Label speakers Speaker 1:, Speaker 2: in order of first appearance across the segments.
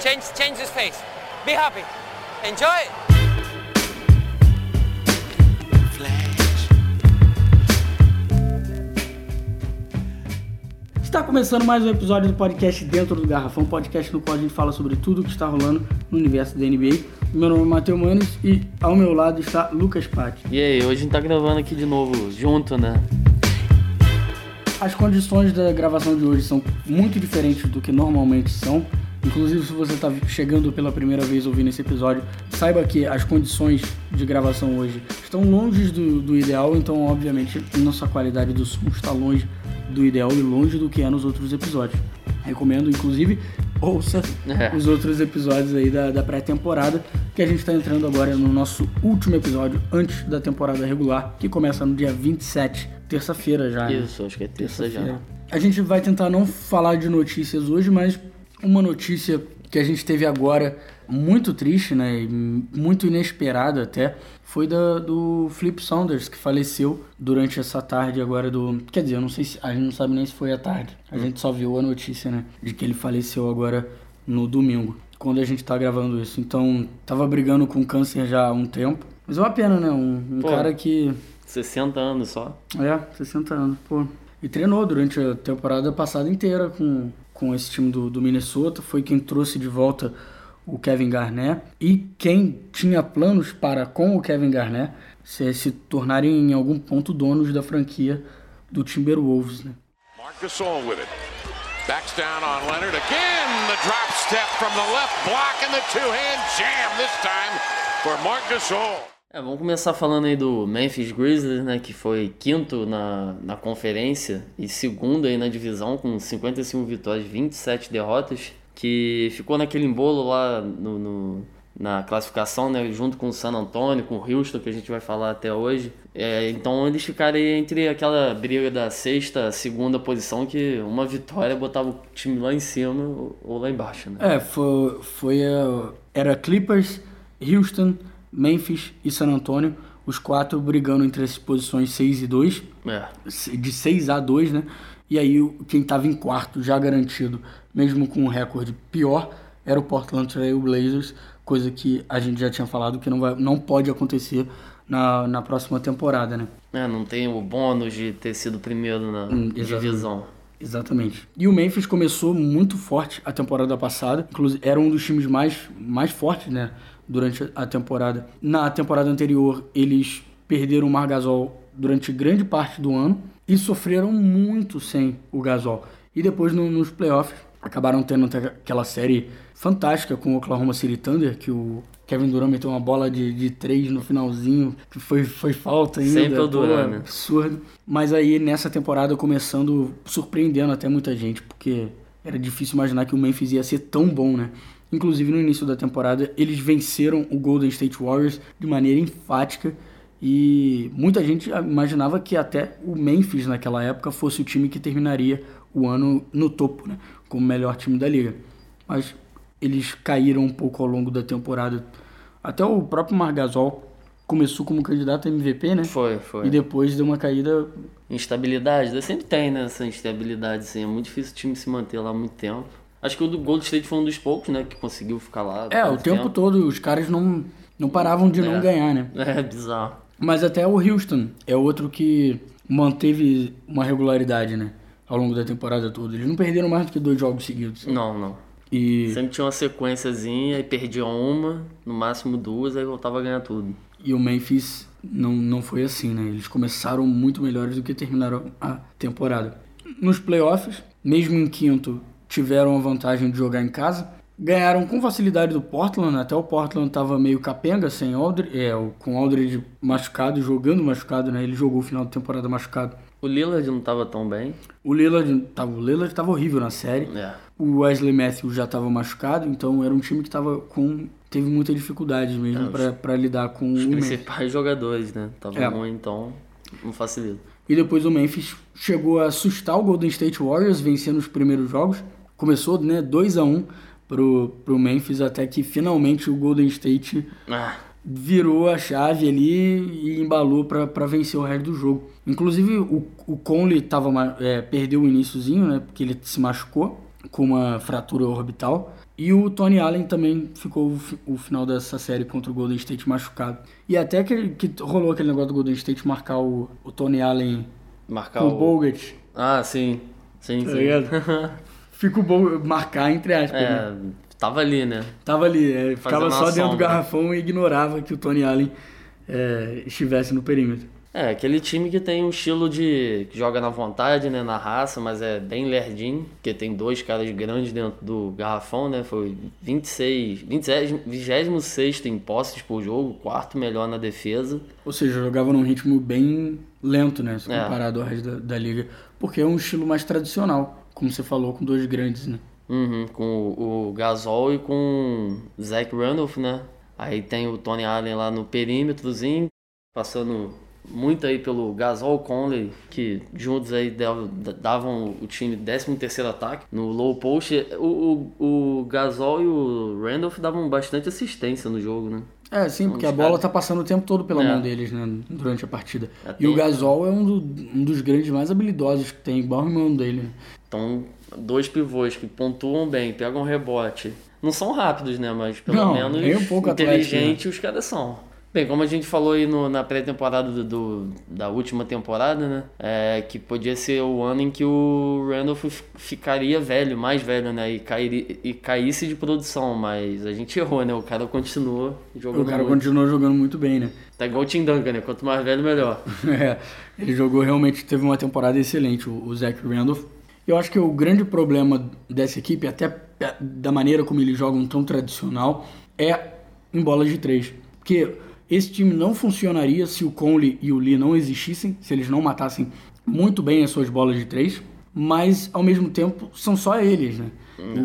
Speaker 1: Change, change his face. Be happy. Enjoy.
Speaker 2: Está começando mais um episódio do podcast Dentro do Garrafão, podcast no qual a gente fala sobre tudo o que está rolando no universo da NBA. Meu nome é Matheus Manes e ao meu lado está Lucas Patti.
Speaker 3: E aí, hoje a gente tá gravando aqui de novo, junto, né?
Speaker 2: As condições da gravação de hoje são muito diferentes do que normalmente são. Inclusive, se você está chegando pela primeira vez ouvindo esse episódio, saiba que as condições de gravação hoje estão longe do, do ideal, então, obviamente, nossa qualidade do som está longe do ideal e longe do que é nos outros episódios. Recomendo, inclusive, ouça
Speaker 3: É.
Speaker 2: os outros episódios aí da, da pré-temporada, que a gente está entrando agora no nosso último episódio antes da temporada regular, que começa no dia 27, terça-feira já. né?
Speaker 3: Isso, acho que é terça já.
Speaker 2: É. A gente vai tentar não falar de notícias hoje, mas uma notícia que a gente teve agora muito triste, né? e Muito inesperada até, foi da, do Flip Saunders, que faleceu durante essa tarde agora do. Quer dizer, eu não sei se. A gente não sabe nem se foi à tarde. A gente só viu a notícia, né? De que ele faleceu agora no domingo, quando a gente tá gravando isso. Então, tava brigando com câncer já há um tempo. Mas é uma pena, né? Um, um
Speaker 3: Pô.
Speaker 2: cara que.
Speaker 3: 60 anos só.
Speaker 2: É, 60 anos, pô. E treinou durante a temporada passada inteira com, com esse time do, do Minnesota. Foi quem trouxe de volta o Kevin Garnett. E quem tinha planos para, com o Kevin Garnett, se, se tornarem em algum ponto donos da franquia do Timberwolves, né?
Speaker 4: Mark Gasol with it. Backs down on Leonard again. The drop step from the left block and the two-hand jam this time for Mark Gasol.
Speaker 3: É, vamos começar falando aí do Memphis Grizzlies, né? Que foi quinto na, na conferência e segundo aí na divisão, com 55 vitórias, 27 derrotas. Que ficou naquele embolo lá no, no- na classificação, né? Junto com o San Antonio, com o Houston, que a gente vai falar até hoje. É, então eles ficaram aí entre aquela briga da sexta, segunda posição, que uma vitória botava o time lá em cima ou- ou lá embaixo, né?
Speaker 2: É, foi, foi a- era Clippers, Houston, Memphis e San Antonio. Os quatro brigando entre as posições 6 e 2.
Speaker 3: É.
Speaker 2: de 6 a 2, né? E aí o- quem tava em quarto, já garantido, mesmo com um recorde pior, era o Portland Trail Blazers, coisa que a gente já tinha falado que não, vai, não pode acontecer na, na próxima temporada, né?
Speaker 3: É, não tem o bônus de ter sido primeiro na
Speaker 2: exato.
Speaker 3: divisão.
Speaker 2: Exatamente. E o Memphis começou muito forte a temporada passada. Inclusive, era um dos times mais, mais fortes, né? Durante a temporada. Na temporada anterior, eles perderam o Mar Gasol durante grande parte do ano e sofreram muito sem o Gasol. E depois, no- nos playoffs, acabaram tendo até aquela série fantástica com o Oklahoma City Thunder, que o Kevin Durant meteu uma bola de, de três no finalzinho, que foi, foi falta ainda.
Speaker 3: Sempre o
Speaker 2: Pô,
Speaker 3: Durant, né?
Speaker 2: absurdo. Mas aí nessa temporada começando surpreendendo até muita gente, porque era difícil imaginar que o Memphis ia ser tão bom, né? Inclusive no início da temporada eles venceram o Golden State Warriors de maneira enfática e muita gente imaginava que até o Memphis naquela época fosse o time que terminaria o ano no topo, né? Como o melhor time da liga. Mas eles caíram um pouco ao longo da temporada. Até o próprio Margasol começou como candidato a MVP, né?
Speaker 3: Foi,
Speaker 2: E
Speaker 3: foi.
Speaker 2: depois deu uma caída.
Speaker 3: Instabilidade, né? sempre tem né, essa instabilidade, assim. É muito difícil o time se manter lá há muito tempo. Acho que o do Gold State foi um dos poucos, né, que conseguiu ficar lá.
Speaker 2: É, o
Speaker 3: tanto
Speaker 2: tempo todo os caras não, não paravam de não
Speaker 3: É.
Speaker 2: ganhar, né?
Speaker 3: É, bizarro.
Speaker 2: Mas até o Houston é outro que manteve uma regularidade, né? Ao longo da temporada toda. Eles não perderam mais do que dois jogos seguidos.
Speaker 3: Não, não.
Speaker 2: E,
Speaker 3: Sempre tinha uma sequenciazinha, aí perdia uma, no máximo duas, aí voltava a ganhar tudo.
Speaker 2: e o Memphis não, não foi assim, né? Eles começaram muito melhores do que terminaram a temporada. Nos playoffs, mesmo em quinto, tiveram a vantagem de jogar em casa. Ganharam com facilidade do Portland, né? até o Portland tava meio capenga, sem Aldridge, é, o- com Aldridge machucado, jogando machucado, né? Ele jogou o final da temporada machucado.
Speaker 3: O Lillard não tava tão bem.
Speaker 2: O Lillard tava, o Lillard tava horrível na série.
Speaker 3: É.
Speaker 2: O Wesley Matthews já estava machucado, então era um time que tava com teve muita dificuldade mesmo pra para lidar com o
Speaker 3: Os
Speaker 2: Memphis.
Speaker 3: principais jogadores, né? Tava
Speaker 2: É.
Speaker 3: ruim, então não facilita.
Speaker 2: E depois o Memphis chegou a assustar o Golden State Warriors, vencendo os primeiros jogos. Começou, né, 2 a 1 pro pro Memphis até que finalmente o Golden State
Speaker 3: Ah,
Speaker 2: virou a chave ali e embalou pra pra vencer o resto do jogo. Inclusive, o, o Conley tava, ma- é, perdeu o iníciozinho, né? Porque ele se machucou com uma fratura orbital. E o Tony Allen também ficou o, fi- o final dessa série contra o Golden State machucado. E até que, que rolou aquele negócio do Golden State marcar o, o Tony Allen
Speaker 3: Marcar
Speaker 2: com o
Speaker 3: o-
Speaker 2: Bogut.
Speaker 3: Ah, sim. Sim,
Speaker 2: Tá
Speaker 3: sim.
Speaker 2: ligado? Fica o Bogut marcar, entre aspas. né?
Speaker 3: É, tava ali, né?
Speaker 2: Tava ali, é, ficava
Speaker 3: uma
Speaker 2: só dentro do
Speaker 3: sombra.
Speaker 2: garrafão e ignorava que o Tony Allen é, estivesse no perímetro.
Speaker 3: É, aquele time que tem um estilo de. que joga na vontade, né? Na raça, mas é bem lerdinho, porque tem dois caras grandes dentro do garrafão, né? Foi 26. 26 26 em posses por jogo, quarto melhor na defesa.
Speaker 2: Ou seja, jogava num ritmo bem lento, né? Se
Speaker 3: É.
Speaker 2: comparado ao resto da, da liga. Porque é um estilo mais tradicional, como você falou, com dois grandes, né?
Speaker 3: Uhum, com o, o Gasol e com o Zach Randolph, né? Aí tem o Tony Allen lá no perímetrozinho, passando muito aí pelo Gasol Conley, que juntos aí dav- davam o time 13º ataque no low post. O, o, o Gasol e o Randolph davam bastante assistência no jogo, né?
Speaker 2: É, sim, porque a
Speaker 3: dos
Speaker 2: bola
Speaker 3: caras.
Speaker 2: tá passando o tempo todo pela
Speaker 3: É.
Speaker 2: mão deles, né? Durante a partida.
Speaker 3: É,
Speaker 2: E o
Speaker 3: tem-
Speaker 2: Gasol é um, do- um dos grandes mais habilidosos que tem, igual o irmão dele. né?
Speaker 3: Então, dois pivôs que pontuam bem, pegam rebote. Não são rápidos, né? Mas pelo
Speaker 2: Não,
Speaker 3: menos
Speaker 2: nem um pouco
Speaker 3: inteligentes os caras são. Bem, como a gente falou aí no- na pré-temporada do, do- da última temporada, né? É, que podia ser o ano em que o Randolph f- ficaria velho, mais velho, né? E, cairi- e caísse de produção, mas a gente errou, né? O cara continua jogando.
Speaker 2: O cara
Speaker 3: muito.
Speaker 2: continuou jogando muito bem, né?
Speaker 3: Tá igual o Tim Duncan, né? Quanto mais velho, melhor.
Speaker 2: É, ele jogou realmente, teve uma temporada excelente, o, o Zach Randolph. Eu acho que o grande problema dessa equipe, até pe- da maneira como eles jogam tão tradicional, é em bolas de três. Porque esse time não funcionaria se o Conley e o Lee não existissem, se eles não matassem muito bem as suas bolas de três, mas ao mesmo tempo são só eles, né?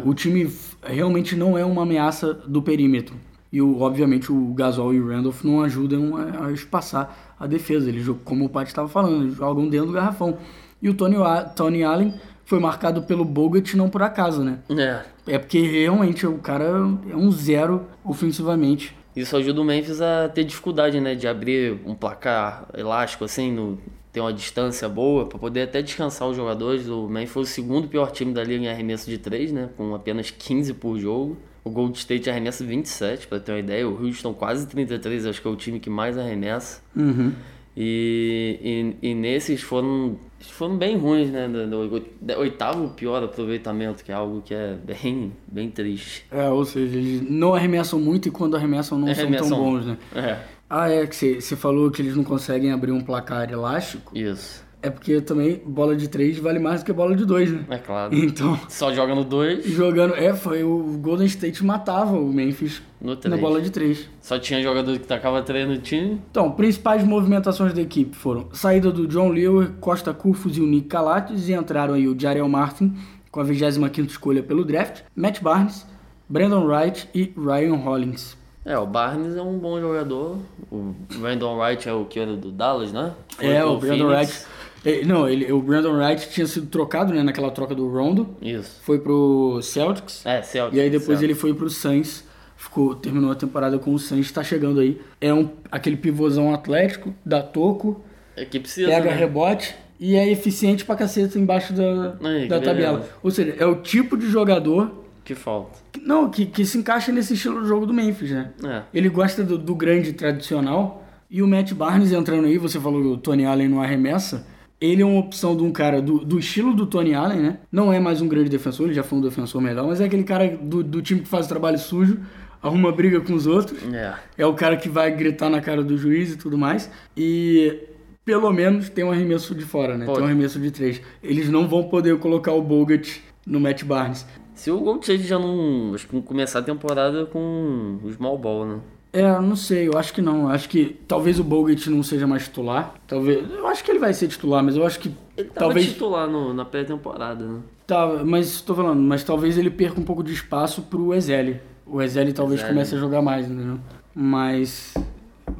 Speaker 2: O, o time f- realmente não é uma ameaça do perímetro. E o- obviamente o Gasol e o Randolph não ajudam a, a espaçar a defesa. Eles, jogam- como o Pat estava falando, eles jogam dentro do garrafão. E o Tony, Wa- Tony Allen foi marcado pelo Bogut não por acaso, né?
Speaker 3: É.
Speaker 2: É porque realmente o cara é um zero ofensivamente.
Speaker 3: Isso ajuda o Memphis a ter dificuldade, né, de abrir um placar elástico assim, no ter uma distância boa para poder até descansar os jogadores. O Memphis foi o segundo pior time da liga em arremesso de três, né, com apenas 15 por jogo. O Gold State arremessa 27, para ter uma ideia. O Houston quase 33, acho que é o time que mais arremessa.
Speaker 2: Uhum.
Speaker 3: E, e, e nesses foram, foram bem ruins, né? do- do- do oitavo pior aproveitamento, que é algo que é bem, bem triste.
Speaker 2: É, ou seja, eles não arremessam muito e quando arremessam não são
Speaker 3: Arremessam-
Speaker 2: tão bons, né?
Speaker 3: É,
Speaker 2: Ah, é que você falou que eles não conseguem abrir um placar elástico.
Speaker 3: isso.
Speaker 2: É porque também bola de três vale mais do que bola de dois, né?
Speaker 3: É claro.
Speaker 2: Então,
Speaker 3: Só joga no 2,
Speaker 2: jogando. É, foi o Golden State matava o Memphis
Speaker 3: No
Speaker 2: na
Speaker 3: três.
Speaker 2: bola de três.
Speaker 3: só tinha jogador que tacava 3 no time.
Speaker 2: Então, principais movimentações da equipe foram saída do John Lewis, Costa Curfus e o Nick Calates e entraram aí o Jarrell Martin com a 25ª escolha pelo draft, Matt Barnes, Brandon Wright e Ryan Hollins.
Speaker 3: É, o Barnes é um bom jogador. O Brandon Wright é o que era do Dallas, né? Foi
Speaker 2: É,
Speaker 3: pro
Speaker 2: o Brandon
Speaker 3: Phoenix.
Speaker 2: Wright. eh, Não, ele, o Brandon Wright tinha sido trocado, né, naquela troca do Rondo,
Speaker 3: Isso.
Speaker 2: foi pro Celtics.
Speaker 3: É, Celtics.
Speaker 2: E aí depois
Speaker 3: Celtics.
Speaker 2: ele foi pro Suns, ficou, terminou a temporada com o Suns, tá chegando aí. É um, aquele pivôzão atlético, dá toco,
Speaker 3: É que precisa,
Speaker 2: pega
Speaker 3: né?
Speaker 2: rebote e é eficiente pra caceta embaixo da,
Speaker 3: Aí,
Speaker 2: da
Speaker 3: É, que
Speaker 2: tabela.
Speaker 3: beleza.
Speaker 2: Ou seja, é o tipo de jogador
Speaker 3: Que falta.
Speaker 2: que, não, que, que se encaixa nesse estilo de jogo do Memphis, né?
Speaker 3: É.
Speaker 2: Ele gosta do, do grande tradicional e o Matt Barnes entrando aí, você falou que o Tony Allen não arremessa. Ele é uma opção de um cara do, do estilo do Tony Allen, né? Não é mais um grande defensor, ele já foi um defensor melhor, mas é aquele cara do, do time que faz o trabalho sujo, arruma briga com os outros.
Speaker 3: É.
Speaker 2: É o cara que vai gritar na cara do juiz e tudo mais. E pelo menos tem um arremesso de fora, né?
Speaker 3: Pô.
Speaker 2: Tem um arremesso de três. Eles não vão poder colocar o Bogut no Matt Barnes.
Speaker 3: Se o Gold State já não. Acho que não começar a temporada com o Small Ball, né?
Speaker 2: É, eu não sei, eu acho que não. Eu acho que talvez o Bogut não seja mais titular. Talvez. Eu acho que ele vai ser titular, mas eu acho que.
Speaker 3: Ele tava
Speaker 2: talvez.
Speaker 3: titular no- na pré-temporada, né?
Speaker 2: Tá, mas tô falando, mas talvez ele perca um pouco de espaço pro Ezeli. O Ezeli talvez
Speaker 3: Ezeli.
Speaker 2: comece a jogar mais, entendeu? Mas.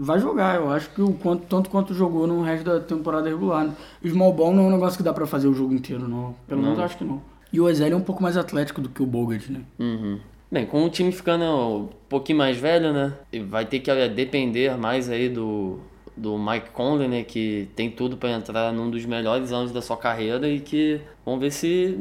Speaker 2: Vai jogar, eu acho que o quanto, tanto quanto jogou no resto da temporada regular. Né? O Small Ball não é um negócio que dá pra fazer o jogo inteiro, não. Pelo menos eu acho que não. E o Ezeli é um pouco mais atlético do que o Bogut, né?
Speaker 3: Uhum. Bem, com o time ficando um pouquinho mais velho, né? e Vai ter que eh, depender mais aí do, do Mike Conley, né? Que tem tudo para entrar num dos melhores anos da sua carreira e que vamos ver se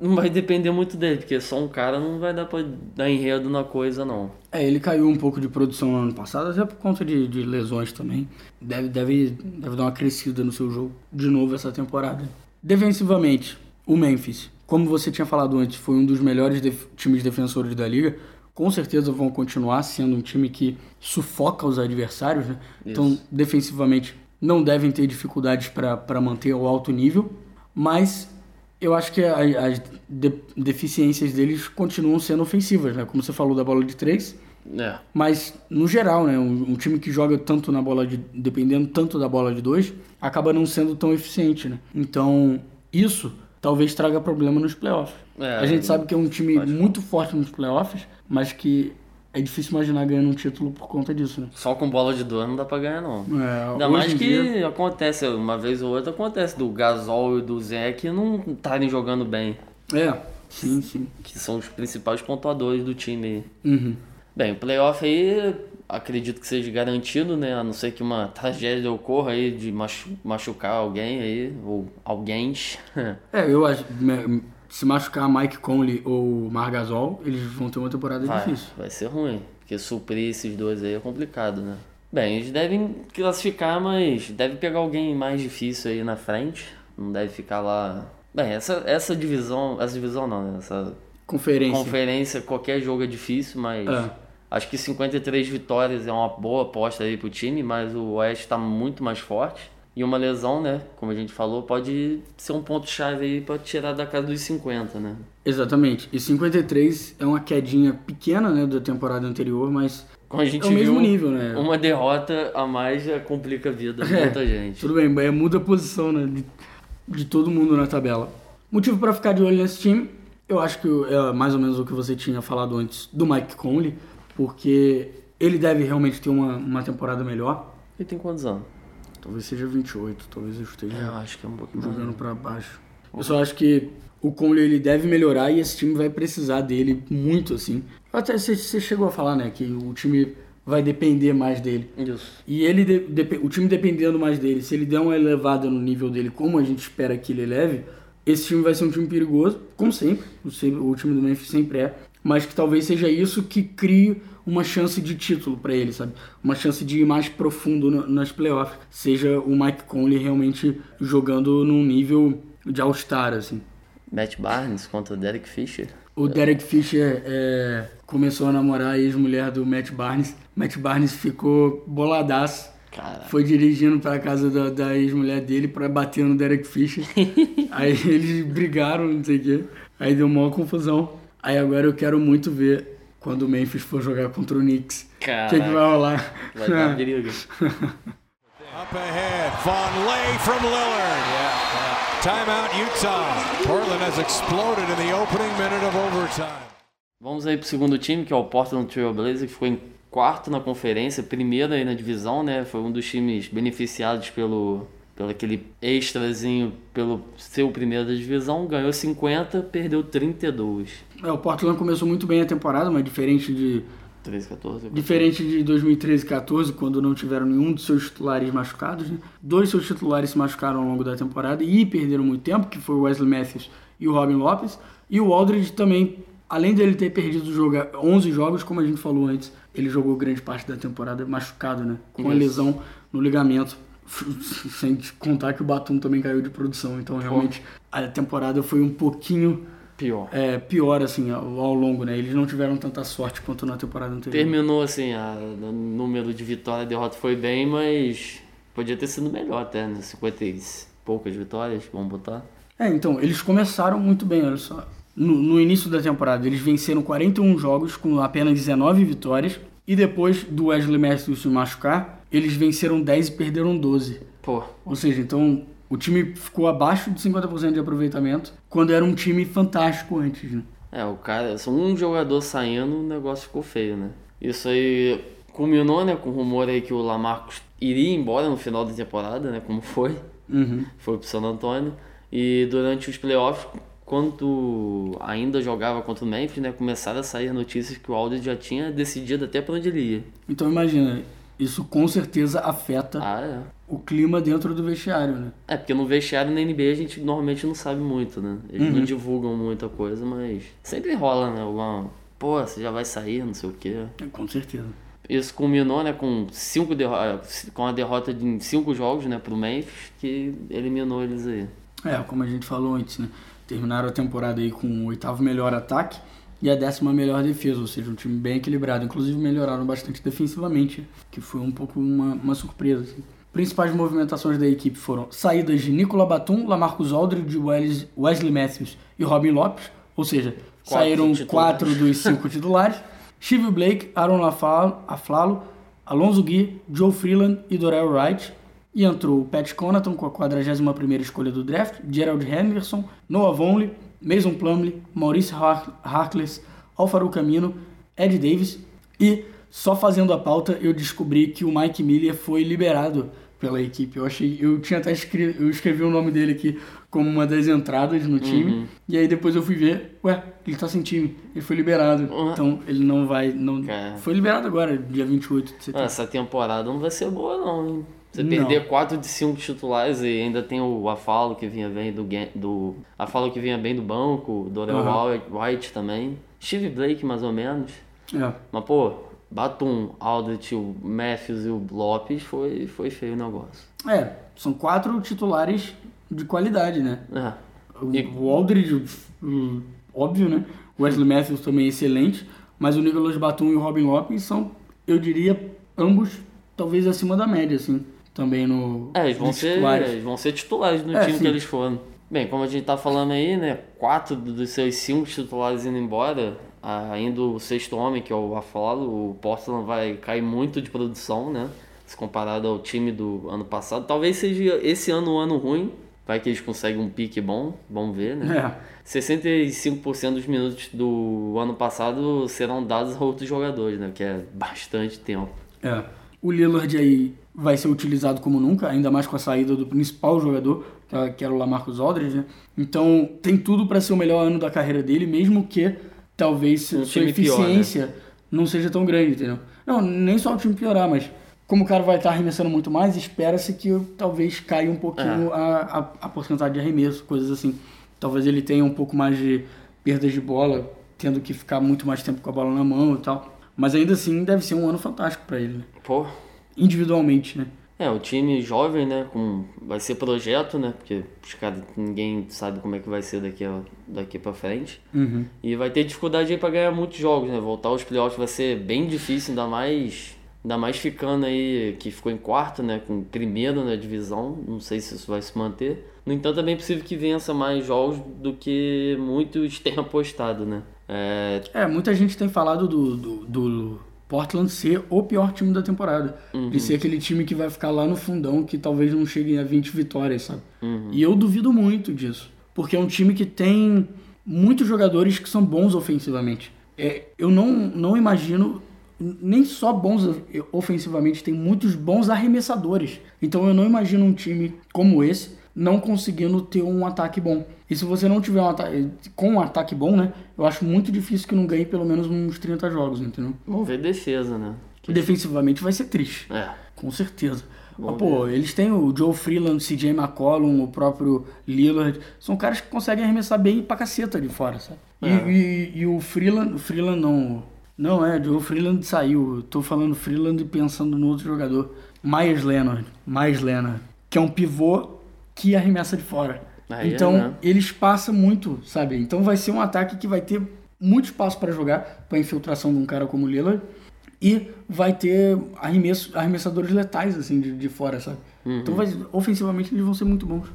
Speaker 3: não vai depender muito dele, porque só um cara não vai dar pra dar enredo na coisa, não.
Speaker 2: É, ele caiu um pouco de produção no ano passado, até por conta de, de lesões também. Deve, deve, deve dar uma crescida no seu jogo de novo essa temporada. Defensivamente, o Memphis, como você tinha falado antes, foi um dos melhores def- times defensores da liga. Com certeza vão continuar sendo um time que sufoca os adversários, né? Então, defensivamente, não devem ter dificuldades para manter o alto nível. Mas eu acho que a- as de- deficiências deles continuam sendo ofensivas, né? Como você falou da bola de três,
Speaker 3: É.
Speaker 2: mas no geral, né? Um, um time que joga tanto na bola de. dependendo tanto da bola de dois, acaba não sendo tão eficiente, né? Então, isso talvez traga problema nos playoffs.
Speaker 3: É,
Speaker 2: a gente sabe que é um time
Speaker 3: pode
Speaker 2: muito forte nos playoffs, mas que é difícil imaginar ganhando um título por conta disso, né?
Speaker 3: Só com bola de dor não dá pra ganhar, não.
Speaker 2: É,
Speaker 3: Ainda
Speaker 2: hoje
Speaker 3: mais
Speaker 2: em
Speaker 3: que
Speaker 2: dia-
Speaker 3: acontece, uma vez ou outra acontece, do Gasol e do Zé que não estarem jogando bem,
Speaker 2: É, sim, sim.
Speaker 3: que são os principais pontuadores do time.
Speaker 2: Uhum.
Speaker 3: Bem, o playoff aí acredito que seja garantido, né? A não ser que uma tragédia ocorra aí de machu- machucar alguém aí, ou alguém.
Speaker 2: É, eu acho. me- Se machucar Mike Conley ou Margasol, eles vão ter uma temporada
Speaker 3: Vai,
Speaker 2: difícil.
Speaker 3: Ah, vai ser ruim, porque suprir esses dois aí é complicado, né? Bem, eles devem classificar, mas deve pegar alguém mais difícil aí na frente. Não deve ficar lá. Bem, essa, essa divisão. Essa divisão não, né? Essa
Speaker 2: Conferência.
Speaker 3: conferência, qualquer jogo é difícil, mas.
Speaker 2: É.
Speaker 3: Acho que 53 vitórias é uma boa aposta aí pro time, mas o Oeste tá muito mais forte. E uma lesão, né? Como a gente falou, pode ser um ponto-chave aí pra tirar da casa dos 50, né?
Speaker 2: Exatamente. E 53 é uma quedinha pequena, né, da temporada anterior, mas
Speaker 3: Como a gente
Speaker 2: É o mesmo
Speaker 3: viu,
Speaker 2: nível, né? É.
Speaker 3: Uma derrota a mais já complica a vida de muita gente.
Speaker 2: tudo bem, mas muda a posição, né, de, de todo mundo na tabela. Motivo pra ficar de olho nesse time, eu acho que é mais ou menos o que você tinha falado antes do Mike Conley, porque ele deve realmente ter uma, uma temporada melhor.
Speaker 3: Ele tem quantos anos?
Speaker 2: Talvez seja 28, talvez eu esteja
Speaker 3: Eu acho que é um pouquinho mais.
Speaker 2: jogando pra baixo. Eu só acho que o Conley ele deve melhorar e esse time vai precisar dele muito assim. Até você- você chegou a falar, né, que o time vai depender mais dele.
Speaker 3: Isso.
Speaker 2: E ele de- depe- o time dependendo mais dele, se ele der uma elevada no nível dele, como a gente espera que ele eleve, esse time vai ser um time perigoso, como sempre. O, se- o time do Memphis sempre é. Mas que talvez seja isso que crie uma chance de título pra ele, sabe? Uma chance de ir mais profundo no- nas playoffs. Seja o Mike Conley realmente jogando num nível de all-star, assim.
Speaker 3: Matt Barnes contra Derek Fisher.
Speaker 2: O Derek Fisher é, começou a namorar a ex-mulher do Matt Barnes. Matt Barnes ficou boladaço.
Speaker 3: Caraca.
Speaker 2: Foi dirigindo pra casa da, da ex-mulher dele pra bater no Derek Fisher. Aí eles brigaram, não sei o quê. Aí deu maior confusão. Aí agora eu quero muito ver quando o Memphis for jogar contra o Knicks. O que, que
Speaker 3: Caraca.
Speaker 2: vai rolar?
Speaker 3: Vai
Speaker 2: É.
Speaker 3: dar briga.
Speaker 5: Up ahead, Vonleh from Lillard. Timeout Utah. Portland has exploded in the opening minute of overtime.
Speaker 3: Vamos aí pro segundo time, que é o Portland Trail Blazers, que ficou em quarto na conferência, primeiro aí na divisão, né? Foi um dos times beneficiados pelo, pelo aquele extrazinho, pelo seu primeiro da divisão. Ganhou 50, perdeu 32.
Speaker 2: É, o Portland começou muito bem a temporada, mas diferente de
Speaker 3: 13, 14.
Speaker 2: Diferente de 2013 e 14, quando não tiveram nenhum dos seus titulares machucados, né? dois seus titulares se machucaram ao longo da temporada e perderam muito tempo, que foi o Wesley Matthews e o Robin Lopes. E o Aldridge também, além dele ter perdido o jogo- 11 jogos, como a gente falou antes, ele jogou grande parte da temporada machucado, né? Com a
Speaker 3: Isso.
Speaker 2: lesão no ligamento. Sem te contar que o Batum também caiu de produção, então realmente a temporada foi um pouquinho
Speaker 3: Pior.
Speaker 2: é, pior assim ao, ao longo, né? Eles não tiveram tanta sorte quanto na temporada anterior.
Speaker 3: Terminou assim, a- o número de vitória e derrota foi bem, mas podia ter sido melhor até, né? 50 e poucas vitórias, vamos botar.
Speaker 2: É, então, eles começaram muito bem, olha só. No, no início da temporada, eles venceram 41 jogos com apenas 19 vitórias. E depois do Wesley Matthews se machucar, eles venceram 10 e perderam 12.
Speaker 3: Pô,
Speaker 2: Ou seja, então o time ficou abaixo de 50% de aproveitamento, quando era um time fantástico antes, né?
Speaker 3: É, o cara, só um jogador saindo, o negócio ficou feio, né? Isso aí culminou, né, com o rumor aí que o Lamarcus iria embora no final da temporada, né, como foi. Foi pro San Antonio. E durante os playoffs, quando ainda jogava contra o Memphis, né, começaram a sair notícias que o Aldridge já tinha decidido até pra onde ele ia.
Speaker 2: Então imagina, Isso com certeza afeta
Speaker 3: Ah, é.
Speaker 2: o clima dentro do vestiário, né?
Speaker 3: É, porque no vestiário na NBA a gente normalmente não sabe muito, né? Eles não divulgam muita coisa, mas sempre rola, né? Alguma. Pô, você já vai sair, não sei o quê.
Speaker 2: É, Com certeza.
Speaker 3: Isso culminou, né, com cinco derrotas. Com a derrota de em cinco jogos, né, pro Memphis, que eliminou eles aí.
Speaker 2: É, como a gente falou antes, né? Terminaram a temporada aí com o oitavo melhor ataque e a décima melhor defesa, ou seja, um time bem equilibrado. Inclusive melhoraram bastante defensivamente, que foi um pouco uma, uma surpresa. assim. Principais movimentações da equipe foram saídas de Nicola Batum, Lamarcus Aldridge, Wes- Wesley Matthews e Robin Lopes, ou seja, saíram
Speaker 3: titulares.
Speaker 2: quatro dos cinco titulares. Steve Blake, Aaron Lafalo, Aflalo, Alonso Gui, Joe Freeland e Dorel Wright. E entrou o Pat Connaughton com a 41ª escolha do draft, Gerald Henderson, Noah Vonley, Mason Plumlee, Maurice Har- Harkless, Alfaro Camino, Ed Davis. E só fazendo a pauta eu descobri que o Mike Miller foi liberado pela equipe. Eu achei, eu tinha até escri, eu escrevi o nome dele aqui como uma das entradas no time. E aí depois eu fui ver, ué, ele tá sem time, ele foi liberado.
Speaker 3: Ué.
Speaker 2: Então ele não vai, não
Speaker 3: Cara.
Speaker 2: foi liberado agora, dia 28 de
Speaker 3: Ah,
Speaker 2: setembro.
Speaker 3: essa temporada não vai ser boa, não, hein? Você
Speaker 2: Não.
Speaker 3: perder quatro de cinco titulares e ainda tem o Afalo que vinha bem do. Gan- do Afalo que vinha bem do banco, o Dorel
Speaker 2: Aham.
Speaker 3: White- White também. Steve Blake, mais ou menos.
Speaker 2: É.
Speaker 3: Mas, pô, Batum, Aldrich, o Matthews e o Lopes foi, foi feio o negócio.
Speaker 2: É, são quatro titulares de qualidade, né?
Speaker 3: É.
Speaker 2: O,
Speaker 3: E-
Speaker 2: o Aldridge, hum, óbvio, né? O Wesley Matthews também é excelente, mas o Nicolas Batum e o Robin Lopes são, eu diria, ambos talvez acima da média, assim, também no
Speaker 3: É, eles vão,
Speaker 2: nos
Speaker 3: ser,
Speaker 2: titulares.
Speaker 3: eles vão ser titulares no
Speaker 2: É,
Speaker 3: time
Speaker 2: sim.
Speaker 3: que eles foram. Bem, como a gente tá falando aí, né? Quatro do- dos seus cinco titulares indo embora, ainda o sexto homem, que é o Afalo, o Portland vai cair muito de produção, né? Se comparado ao time do ano passado. Talvez seja esse ano um ano ruim. Vai que eles conseguem um pique bom, vamos ver, né?
Speaker 2: É.
Speaker 3: 65% dos minutos do ano passado serão dados a outros jogadores, né? Que é bastante tempo.
Speaker 2: É. O Lillard aí vai ser utilizado como nunca, ainda mais com a saída do principal jogador, que é- que era o Lamarcus Aldridge, né? Então, tem tudo para ser o melhor ano da carreira dele, mesmo que talvez
Speaker 3: Um
Speaker 2: sua
Speaker 3: time pior, né?
Speaker 2: eficiência não seja tão grande, entendeu? Não, nem só o time piorar, mas como o cara vai estar arremessando muito mais, espera-se que talvez caia um pouquinho a, a, a porcentagem de arremesso, coisas assim. Talvez ele tenha um pouco mais de perdas de bola, tendo que ficar muito mais tempo com a bola na mão e tal. Mas ainda assim, deve ser um ano fantástico para ele, né?
Speaker 3: Pô,
Speaker 2: individualmente, né?
Speaker 3: É, o time jovem, né? Com... Vai ser projeto, né? Porque os caras, ninguém sabe como é que vai ser daqui, a... daqui pra frente. E vai ter dificuldade aí pra ganhar muitos jogos, né? Voltar aos playoffs vai ser bem difícil, ainda mais. Ainda mais ficando aí, que ficou em quarto, né? Com primeiro na divisão. Não sei se isso vai se manter. No entanto, é bem possível que vença mais jogos do que muitos têm apostado, né? É,
Speaker 2: É, muita gente tem falado do, do, do Portland ser o pior time da temporada. De ser aquele time que vai ficar lá no fundão, que talvez não chegue a 20 vitórias, sabe? E eu duvido muito disso. Porque é um time que tem muitos jogadores que são bons ofensivamente. É, eu não, não imagino nem só bons ofensivamente, tem muitos bons arremessadores. Então eu não imagino um time como esse não conseguindo ter um ataque bom. E se você não tiver um ataque com um ataque bom, né? Eu acho muito difícil que não ganhe pelo menos uns 30 jogos, entendeu?
Speaker 3: vamos ver defesa, né?
Speaker 2: Defensivamente vai ser triste.
Speaker 3: É.
Speaker 2: Com certeza. Mas, pô, eles têm o Joe Freeland, o CJ McCollum, o próprio Lillard. São caras que conseguem arremessar bem pra caceta de fora, sabe? E,
Speaker 3: É.
Speaker 2: e- e o Freeland, o Freeland não. Não, é, o Freeland saiu. Eu Tô falando Freeland e pensando no outro jogador. Myers Leonard. Myers Leonard. Que é um pivô que arremessa de fora.
Speaker 3: Aí é,
Speaker 2: então,
Speaker 3: né?
Speaker 2: eles passam muito, sabe? Então vai ser um ataque que vai ter muito espaço para jogar, para infiltração de um cara como o Lillard. E vai ter arremesso, arremessadores letais, assim, de, de fora, sabe? Então, vai- ofensivamente, eles vão ser muito bons.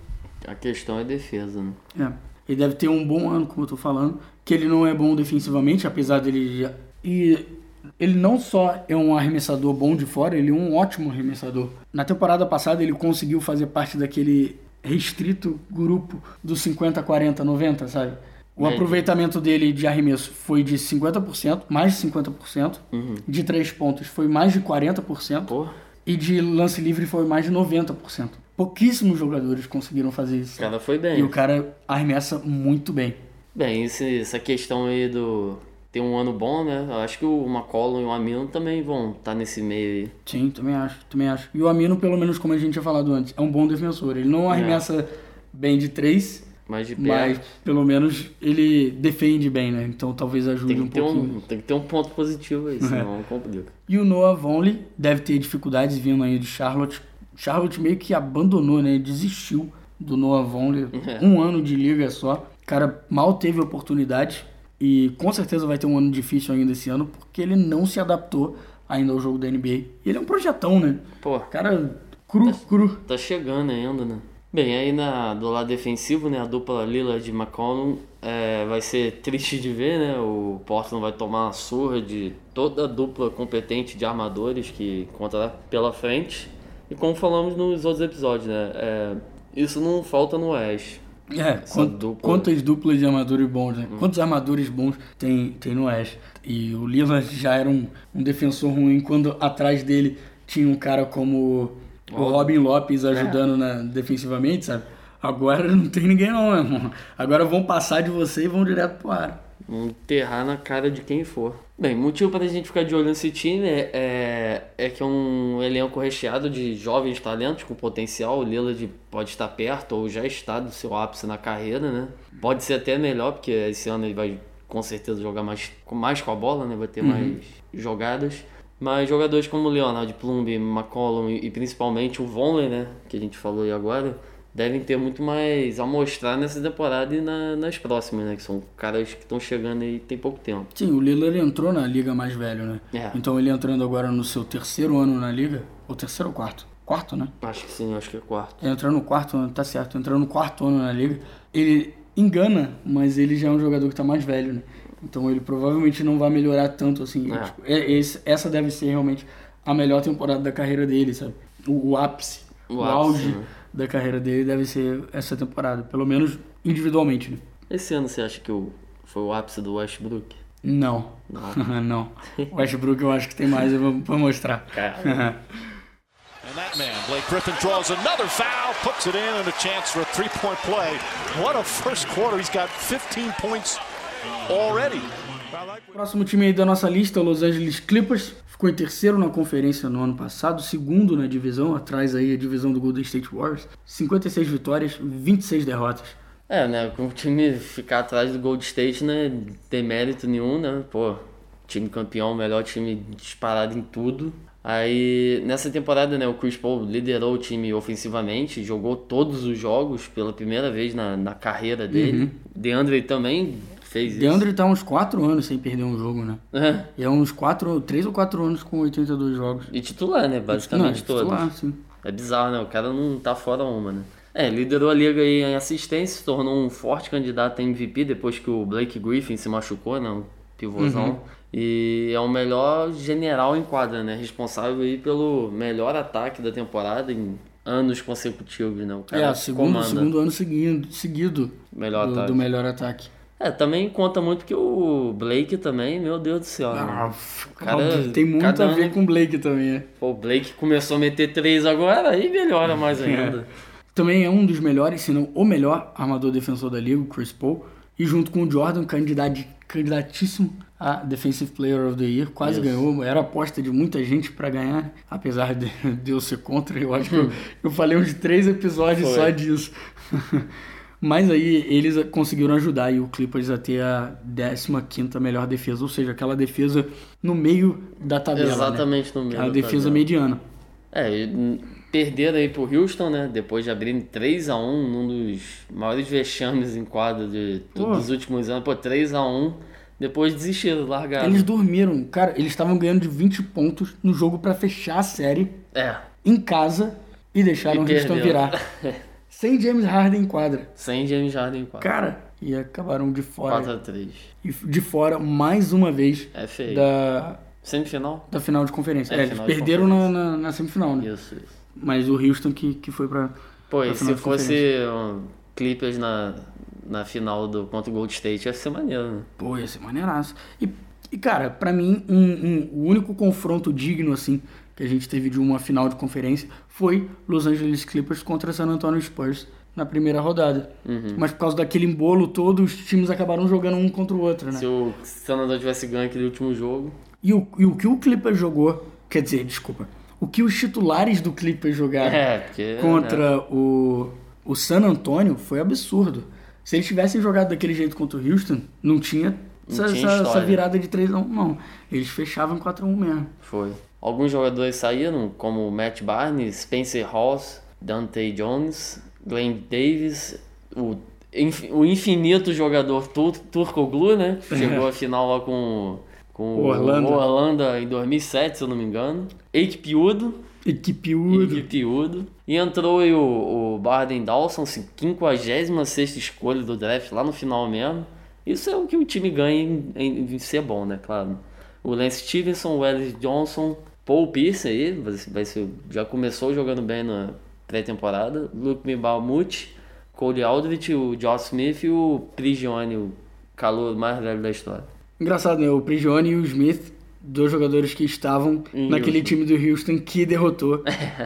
Speaker 3: A questão é defesa, né?
Speaker 2: É. Ele deve ter um bom ano, como eu tô falando. Que ele não é bom defensivamente, apesar dele. já- E ele não só é um arremessador bom de fora, ele é um ótimo arremessador. Na temporada passada, ele conseguiu fazer parte daquele restrito grupo dos 50, 40, 90, sabe? O
Speaker 3: É,
Speaker 2: aproveitamento dele de arremesso foi de 50%, mais de 50%. De três pontos foi mais de 40%.
Speaker 3: Pô.
Speaker 2: E de lance livre foi mais de 90%. Pouquíssimos jogadores conseguiram fazer isso.
Speaker 3: O cara foi bem.
Speaker 2: E o cara arremessa muito bem.
Speaker 3: Bem, esse- essa questão aí do ter um ano bom, né? Eu acho que o McCollum e o Amino também vão estar nesse meio aí.
Speaker 2: Sim, também acho, também acho. E o Amino, pelo menos como a gente tinha falado antes, é um bom defensor. Ele não arremessa bem de três,
Speaker 3: Mais de perto.
Speaker 2: mas pelo menos ele defende bem, né? Então talvez ajude
Speaker 3: tem,
Speaker 2: um
Speaker 3: que ter
Speaker 2: pouquinho. É.
Speaker 3: um, tem que ter um ponto positivo aí, senão é complica.
Speaker 2: E o Noah Vonley deve ter dificuldades vindo aí do Charlotte. Charlotte meio que abandonou, né? Desistiu do Noah Vonley. Um ano de liga só. O cara mal teve oportunidade. E com certeza vai ter um ano difícil ainda esse ano, porque ele não se adaptou ainda ao jogo da NBA. E Ele é um projetão, né?
Speaker 3: Pô.
Speaker 2: Cara cru, cru.
Speaker 3: Tá chegando ainda, né? Bem, aí na, do lado defensivo, né, a dupla Lila de McCollum é, vai ser triste de ver, né? O Portland vai tomar uma surra de toda a dupla competente de armadores que conta pela frente. E como falamos nos outros episódios, né? é, isso não falta no Oeste.
Speaker 2: É, quant-
Speaker 3: dupla. Hum.
Speaker 2: quantas duplas de armadores bons, né? Quantos armadores bons tem, tem no Oeste? E o Lillard já era um, um defensor ruim quando atrás dele tinha um cara como o Robin Lopes
Speaker 3: É.
Speaker 2: ajudando na- defensivamente, sabe? Agora não tem ninguém não, meu irmão. Agora vão passar de você e vão direto pro ar.
Speaker 3: Vão enterrar na cara de quem for. Bem, motivo para a gente ficar de olho nesse time é, é, é que é um elenco recheado de jovens talentos com potencial. O Lillard pode estar perto ou já está do seu ápice na carreira, né? Pode ser até melhor, porque esse ano ele vai com certeza jogar mais, com- mais com a bola, né? Vai ter mais jogadas. Mas jogadores como Leonard, Plumb, McCollum e e principalmente o Vonley, né? Que a gente falou aí agora devem ter muito mais a mostrar nessa temporada e na- nas próximas, né? Que são caras que estão chegando aí tem pouco tempo.
Speaker 2: Sim, o Lillard entrou na liga mais velho, né?
Speaker 3: É.
Speaker 2: Então ele entrando agora no seu terceiro ano na liga, ou terceiro ou quarto? Quarto, né?
Speaker 3: Acho que sim, acho que é quarto.
Speaker 2: entrando no quarto ano, tá certo, entrando no quarto ano na liga, ele engana, mas ele já é um jogador que tá mais velho, né? Então ele provavelmente não vai melhorar tanto assim.
Speaker 3: É.
Speaker 2: Tipo, é- esse- essa deve ser realmente a melhor temporada da carreira dele, sabe? O, o ápice,
Speaker 3: O
Speaker 2: o,
Speaker 3: ápice,
Speaker 2: auge
Speaker 3: né?
Speaker 2: da carreira dele deve ser essa temporada, pelo menos individualmente, né?
Speaker 3: Esse ano você acha que o, foi o ápice do Westbrook?
Speaker 2: Não. Não. O Westbrook eu acho que tem mais eu vou mostrar.
Speaker 6: And that man, Blake Griffin, draws another foul, puts it in, and a chance for a three point play. What a first quarter. He's got 15 points already.
Speaker 2: Próximo time aí da nossa lista, Los Angeles Clippers. Ficou em terceiro na conferência no ano passado, segundo na divisão, atrás aí a divisão do Golden State Warriors. 56 vitórias, 26 derrotas.
Speaker 3: É, né? Com o time ficar atrás do Gold State, né? Tem mérito nenhum, né? Pô, time campeão, melhor time disparado em tudo. Aí, nessa temporada, né, o Chris Paul liderou o time ofensivamente, jogou todos os jogos pela primeira vez na, na carreira dele. DeAndre também fez isso.
Speaker 2: Deandre tá uns 4 anos sem perder um jogo, né?
Speaker 3: É,
Speaker 2: E é uns 4, 3 ou 4 anos com 82 jogos.
Speaker 3: E titular, né?
Speaker 2: Não, é
Speaker 3: Basicamente todos.
Speaker 2: titular, sim.
Speaker 3: É bizarro, né? O cara não tá fora uma, né? É, liderou a liga aí em assistência, se tornou um forte candidato a MVP depois que o Blake Griffin se machucou, né? Um pivôzão.
Speaker 2: Uhum.
Speaker 3: E é o melhor general em quadra, né? Responsável aí pelo melhor ataque da temporada em anos consecutivos, né? O cara
Speaker 2: É, segundo,
Speaker 3: comanda
Speaker 2: segundo ano seguindo, seguido
Speaker 3: melhor
Speaker 2: do,
Speaker 3: ataque.
Speaker 2: do melhor ataque.
Speaker 3: É, também conta muito que o Blake também, meu Deus do céu. né?
Speaker 2: Ah,
Speaker 3: cara,
Speaker 2: óbvio, tem muito
Speaker 3: cada
Speaker 2: a ver
Speaker 3: ano-
Speaker 2: com o Blake também, é.
Speaker 3: Pô, o Blake começou a meter três agora, aí melhora mais ainda.
Speaker 2: Também é um dos melhores, se não o melhor armador defensor da liga, o Chris Paul. E junto com o Jordan, candidato, candidatíssimo a Defensive Player of the Year. Quase ganhou, era aposta de muita gente pra ganhar, apesar de, de eu ser contra. Eu acho que
Speaker 3: Uhum.
Speaker 2: eu, eu falei uns três episódios só disso. Mas aí eles conseguiram ajudar aí o Clippers a ter a 15ª melhor defesa, ou seja, aquela defesa no meio da tabela. né?
Speaker 3: Exatamente no meio
Speaker 2: Aquela
Speaker 3: da
Speaker 2: defesa
Speaker 3: tabela.
Speaker 2: mediana.
Speaker 3: É, e, hum, perderam aí pro Houston, né? Depois de abrirem 3x1 num dos maiores vexames em quadro de, do-
Speaker 2: Pô.
Speaker 3: dos últimos anos. Pô, 3x1. Depois desistiram, largaram.
Speaker 2: Eles dormiram, cara, eles estavam ganhando de 20 pontos no jogo pra fechar a série
Speaker 3: É,
Speaker 2: em casa e deixaram
Speaker 3: E
Speaker 2: o Houston
Speaker 3: perdeu.
Speaker 2: virar. Sem James Harden em quadra.
Speaker 3: sem James Harden em quadro.
Speaker 2: Cara, e acabaram de fora.
Speaker 3: 4x3.
Speaker 2: E de fora mais uma vez
Speaker 3: É feio.
Speaker 2: da,
Speaker 3: Semifinal?
Speaker 2: da final de conferência.
Speaker 3: É,
Speaker 2: É, eles
Speaker 3: final de
Speaker 2: perderam na, na- na semifinal, né?
Speaker 3: Isso, isso.
Speaker 2: Mas o Houston que, que foi pra.
Speaker 3: Pô,
Speaker 2: pra final
Speaker 3: e se
Speaker 2: de conferência.
Speaker 3: fosse um, Clippers na, na final do, contra o Gold State, ia ser maneiro, né?
Speaker 2: Pô, ia ser maneiraço. E, e, cara, pra mim, um- um- o único confronto digno, assim, que a gente teve de uma final de conferência foi Los Angeles Clippers contra San Antonio Spurs na primeira rodada. Mas por causa daquele embolo todo, os times acabaram jogando um contra o outro, né?
Speaker 3: Se o Senador tivesse ganho aquele último jogo,
Speaker 2: E o, e o que o Clippers jogou, quer dizer, desculpa, o que os titulares do Clippers jogaram
Speaker 3: É, porque,
Speaker 2: contra o, o San Antonio foi absurdo. Se eles tivessem jogado daquele jeito contra o Houston, não tinha essa,
Speaker 3: tinha
Speaker 2: essa- essa
Speaker 3: história.
Speaker 2: virada de 3 a 1 não. Eles fechavam 4 a 1 mesmo.
Speaker 3: foi. Alguns jogadores saíram, como Matt Barnes, Spencer Ross, Dante Jones, Glenn Davis, o, inf- o infinito jogador tur Turcoglu, né? Chegou à final lá com, com
Speaker 2: O Orlando.
Speaker 3: o Orlando em 2007, se eu não me engano. Eike Piudo,
Speaker 2: Equipe
Speaker 3: Eike
Speaker 2: Udo.
Speaker 3: Piudo. E entrou aí o, o Barden Dawson, assim, 56 escolha do draft, lá no final mesmo. Isso é o que o time ganha em, em- em ser bom, né? Claro. O Lance Stevenson, o Ellis Johnson, Paul Pierce aí, vai ser- vai ser- já começou jogando bem na pré-temporada. Luke Mibamut, Cody Aldrich, o Josh Smith e o Prigione, o calor mais velho da história.
Speaker 2: Engraçado, né? O Prigione e o Smith, dois jogadores que estavam
Speaker 3: Em
Speaker 2: naquele
Speaker 3: Houston.
Speaker 2: time do Houston que derrotou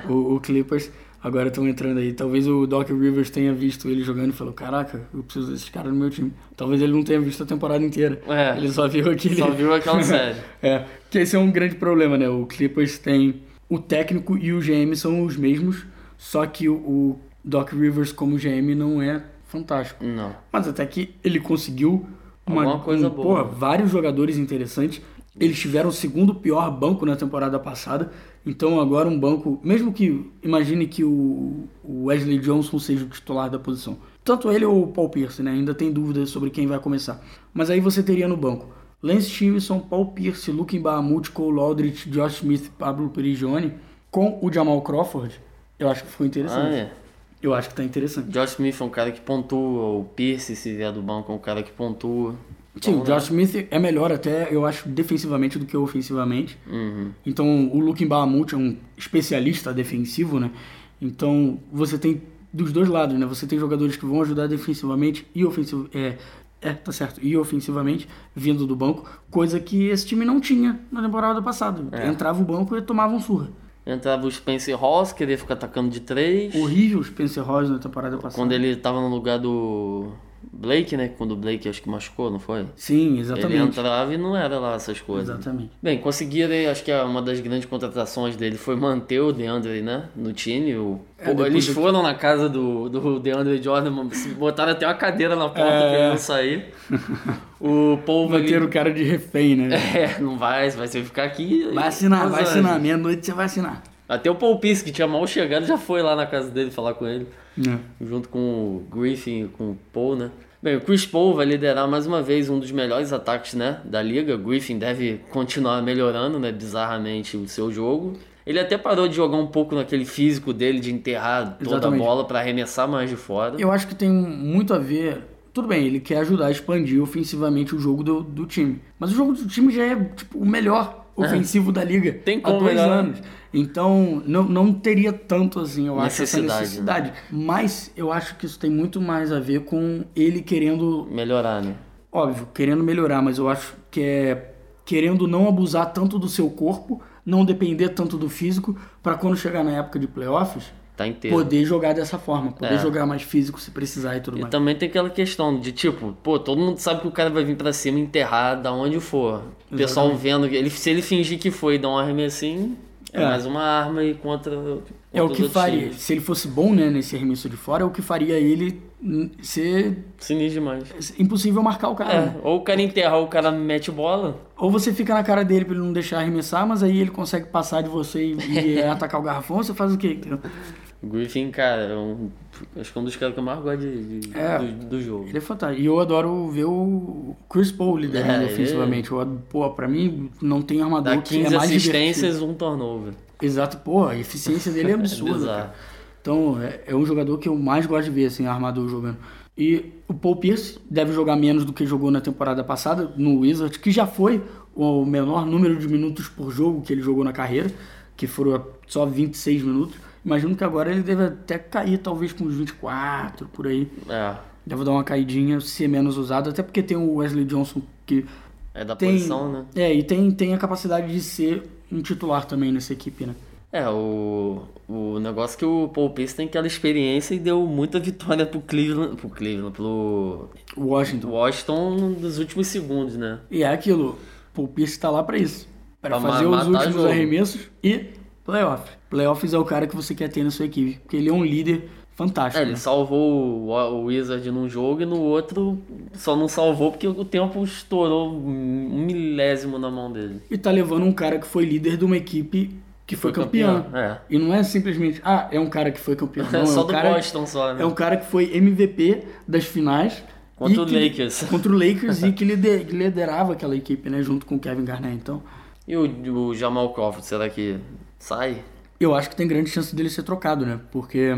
Speaker 2: o, o Clippers. Agora estão entrando aí. Talvez o Doc Rivers tenha visto ele jogando e falou: Caraca, eu preciso desses caras no meu time. Talvez ele não tenha visto a temporada inteira.
Speaker 3: É.
Speaker 2: Ele só viu aquele.
Speaker 3: Só viu aquela série.
Speaker 2: É, que esse é um grande problema, né? O Clippers tem o técnico e o GM são os mesmos, só que o, o Doc Rivers como GM não é fantástico.
Speaker 3: Não.
Speaker 2: Mas até que ele conseguiu uma,
Speaker 3: Alguma coisa
Speaker 2: um-
Speaker 3: boa.
Speaker 2: porra, vários jogadores interessantes. Eles tiveram o segundo pior banco na temporada passada, então agora um banco, mesmo que imagine que o o Wesley Johnson seja o titular da posição. Tanto ele ou o Paul Pierce, né? Ainda tem dúvidas sobre quem vai começar. Mas aí você teria no banco Lance Stevenson, Paul Pierce, Luke Bahamut, Cole Aldrich, Josh Smith, Pablo Perigione, com o Jamal Crawford. Eu acho que ficou
Speaker 3: Ah,
Speaker 2: interessante.
Speaker 3: é.
Speaker 2: Eu acho que tá interessante.
Speaker 3: Josh Smith é um cara que pontua, o Pierce, se vier do banco, é um cara que pontua.
Speaker 2: Sim, o
Speaker 3: Então, né?
Speaker 2: Josh Smith é melhor até, eu acho, defensivamente do que ofensivamente.
Speaker 3: Uhum.
Speaker 2: Então, o Luke Mbamute é um especialista defensivo, né? Então, você tem dos dois lados, né? Você tem jogadores que vão ajudar defensivamente e ofensivo é, é, tá certo, e ofensivamente, vindo do banco, coisa que esse time não tinha na temporada passada.
Speaker 3: É.
Speaker 2: Entrava o banco e tomava um surra.
Speaker 3: Entrava o Spencer Ross, queria ficar atacando de três.
Speaker 2: Horrível o Spencer Ross na temporada passada.
Speaker 3: Quando ele tava no lugar do Blake, né? Quando o Blake acho que machucou, não foi?
Speaker 2: Sim,
Speaker 3: Ele
Speaker 2: exatamente.
Speaker 3: entrava e não era lá essas coisas.
Speaker 2: Exatamente.
Speaker 3: Bem, conseguiram, aí, acho que é uma das grandes contratações dele foi manter o DeAndre, né? No time. O... Pô,
Speaker 2: É, depois
Speaker 3: eles
Speaker 2: do-
Speaker 3: foram na casa do, do DeAndre Jordan, botaram até uma cadeira na porta pra ele não sair. O povo ali-
Speaker 2: Manter É. o cara de refém, né?
Speaker 3: É, não vai, vai você ficar aqui.
Speaker 2: Vai assinar, vai
Speaker 3: Mas,
Speaker 2: assinar. Meia-noite você vai assinar.
Speaker 3: Até o Paul Pierce, que tinha mal chegado, já foi lá na casa dele falar com ele.
Speaker 2: É.
Speaker 3: Junto com o Griffin e com o Paul, né? Bem, o Chris Paul vai liderar mais uma vez um dos melhores ataques, né? Da liga. O Griffin deve continuar melhorando, né? Bizarramente, o seu jogo. Ele até parou de jogar um pouco naquele físico dele de enterrar toda
Speaker 2: Exatamente.
Speaker 3: a bola pra arremessar mais de fora.
Speaker 2: Eu acho que tem muito a ver. Tudo bem, ele quer ajudar a expandir ofensivamente o jogo do, do time. Mas o jogo do time já é tipo, o melhor ofensivo da liga
Speaker 3: É. Tem
Speaker 2: há
Speaker 3: como
Speaker 2: dois
Speaker 3: melhorar.
Speaker 2: anos. Então, não, não teria tanto assim, eu acho, essa
Speaker 3: Necessidade, né?
Speaker 2: necessidade. Mas eu acho que isso tem muito mais a ver com ele querendo
Speaker 3: Melhorar, né?
Speaker 2: óbvio, querendo melhorar, mas eu acho que é querendo não abusar tanto do seu corpo, não depender tanto do físico, pra quando chegar na época de playoffs,
Speaker 3: Tá inteiro.
Speaker 2: poder jogar dessa forma, poder
Speaker 3: É.
Speaker 2: jogar mais físico se precisar e tudo
Speaker 3: E
Speaker 2: mais.
Speaker 3: também tem aquela questão de tipo, pô, todo mundo sabe que o cara vai vir pra cima enterrar da onde for. O pessoal vendo, ele, se ele fingir que foi e dar um arremessinho, é,
Speaker 2: É.
Speaker 3: mais uma arma e contra.
Speaker 2: É
Speaker 3: contra
Speaker 2: o
Speaker 3: os
Speaker 2: que
Speaker 3: outros
Speaker 2: faria,
Speaker 3: times.
Speaker 2: se ele fosse bom né, nesse arremesso de fora, é o que faria ele hum, ser
Speaker 3: Sinistro demais.
Speaker 2: impossível marcar o cara. né?
Speaker 3: É, ou o cara enterra ou o cara mete bola.
Speaker 2: Ou você fica na cara dele pra ele não deixar arremessar, mas aí ele consegue passar de você e, e atacar o garrafão, você faz o quê? entendeu?
Speaker 3: O Griffin, cara, é um, acho que é um dos caras que eu mais gosto de, de-
Speaker 2: É.
Speaker 3: do, do jogo.
Speaker 2: Ele é fantástico. E eu adoro ver o Chris Paul liderando
Speaker 3: É,
Speaker 2: ofensivamente. Eu ad- pô, pra mim, não tem armador
Speaker 3: Dá
Speaker 2: que é
Speaker 3: 15
Speaker 2: mais
Speaker 3: assistências,
Speaker 2: divertido.
Speaker 3: um turnover.
Speaker 2: Exato, pô, a eficiência dele é absurda.
Speaker 3: bizarro.
Speaker 2: cara. então, é, é um jogador que eu mais gosto de ver, assim, armador jogando. E o Paul Pierce deve jogar menos do que jogou na temporada passada no Wizards, que já foi o menor número de minutos por jogo que ele jogou na carreira, que foram só 26 minutos. Imagino que agora ele deve até cair, talvez, com uns 24, por aí.
Speaker 3: É.
Speaker 2: Deve dar uma caidinha, ser menos usado, até porque tem o Wesley Johnson que
Speaker 3: É da
Speaker 2: tem.
Speaker 3: posição, né?
Speaker 2: É, e tem, tem a capacidade de ser um titular também nessa equipe, né?
Speaker 3: É, o, o negócio é que o Paul Pierce tem aquela experiência e deu muita vitória pro Cleveland, pro Cleveland, pro
Speaker 2: Washington.
Speaker 3: Washington nos últimos segundos, né?
Speaker 2: E é aquilo, Paul Pierce tá lá pra isso. Pra
Speaker 3: Pra ma-
Speaker 2: fazer os
Speaker 3: matar
Speaker 2: últimos
Speaker 3: jogo.
Speaker 2: arremessos e playoff. Playoffs é o cara que você quer ter na sua equipe, porque ele é um líder
Speaker 3: É,
Speaker 2: fantástico.
Speaker 3: ele
Speaker 2: né?
Speaker 3: salvou o o Wizard num jogo e no outro só não salvou porque o tempo estourou um milésimo na mão dele.
Speaker 2: E tá levando um cara que foi líder de uma equipe que foi,
Speaker 3: Foi
Speaker 2: campeã.
Speaker 3: campeão, é.
Speaker 2: E não é simplesmente, ah, é um cara que foi campeão. Não,
Speaker 3: É só
Speaker 2: um
Speaker 3: do
Speaker 2: cara,
Speaker 3: Boston só, né?
Speaker 2: É um cara que foi MVP das finais.
Speaker 3: Contra
Speaker 2: e
Speaker 3: o
Speaker 2: que-
Speaker 3: Lakers.
Speaker 2: Contra o Lakers e que lider- que liderava aquela equipe, né? Junto com o Kevin Garnett. Então,
Speaker 3: E o, o Jamal Crawford, será que sai?
Speaker 2: eu acho que tem grande chance dele ser trocado, né? Porque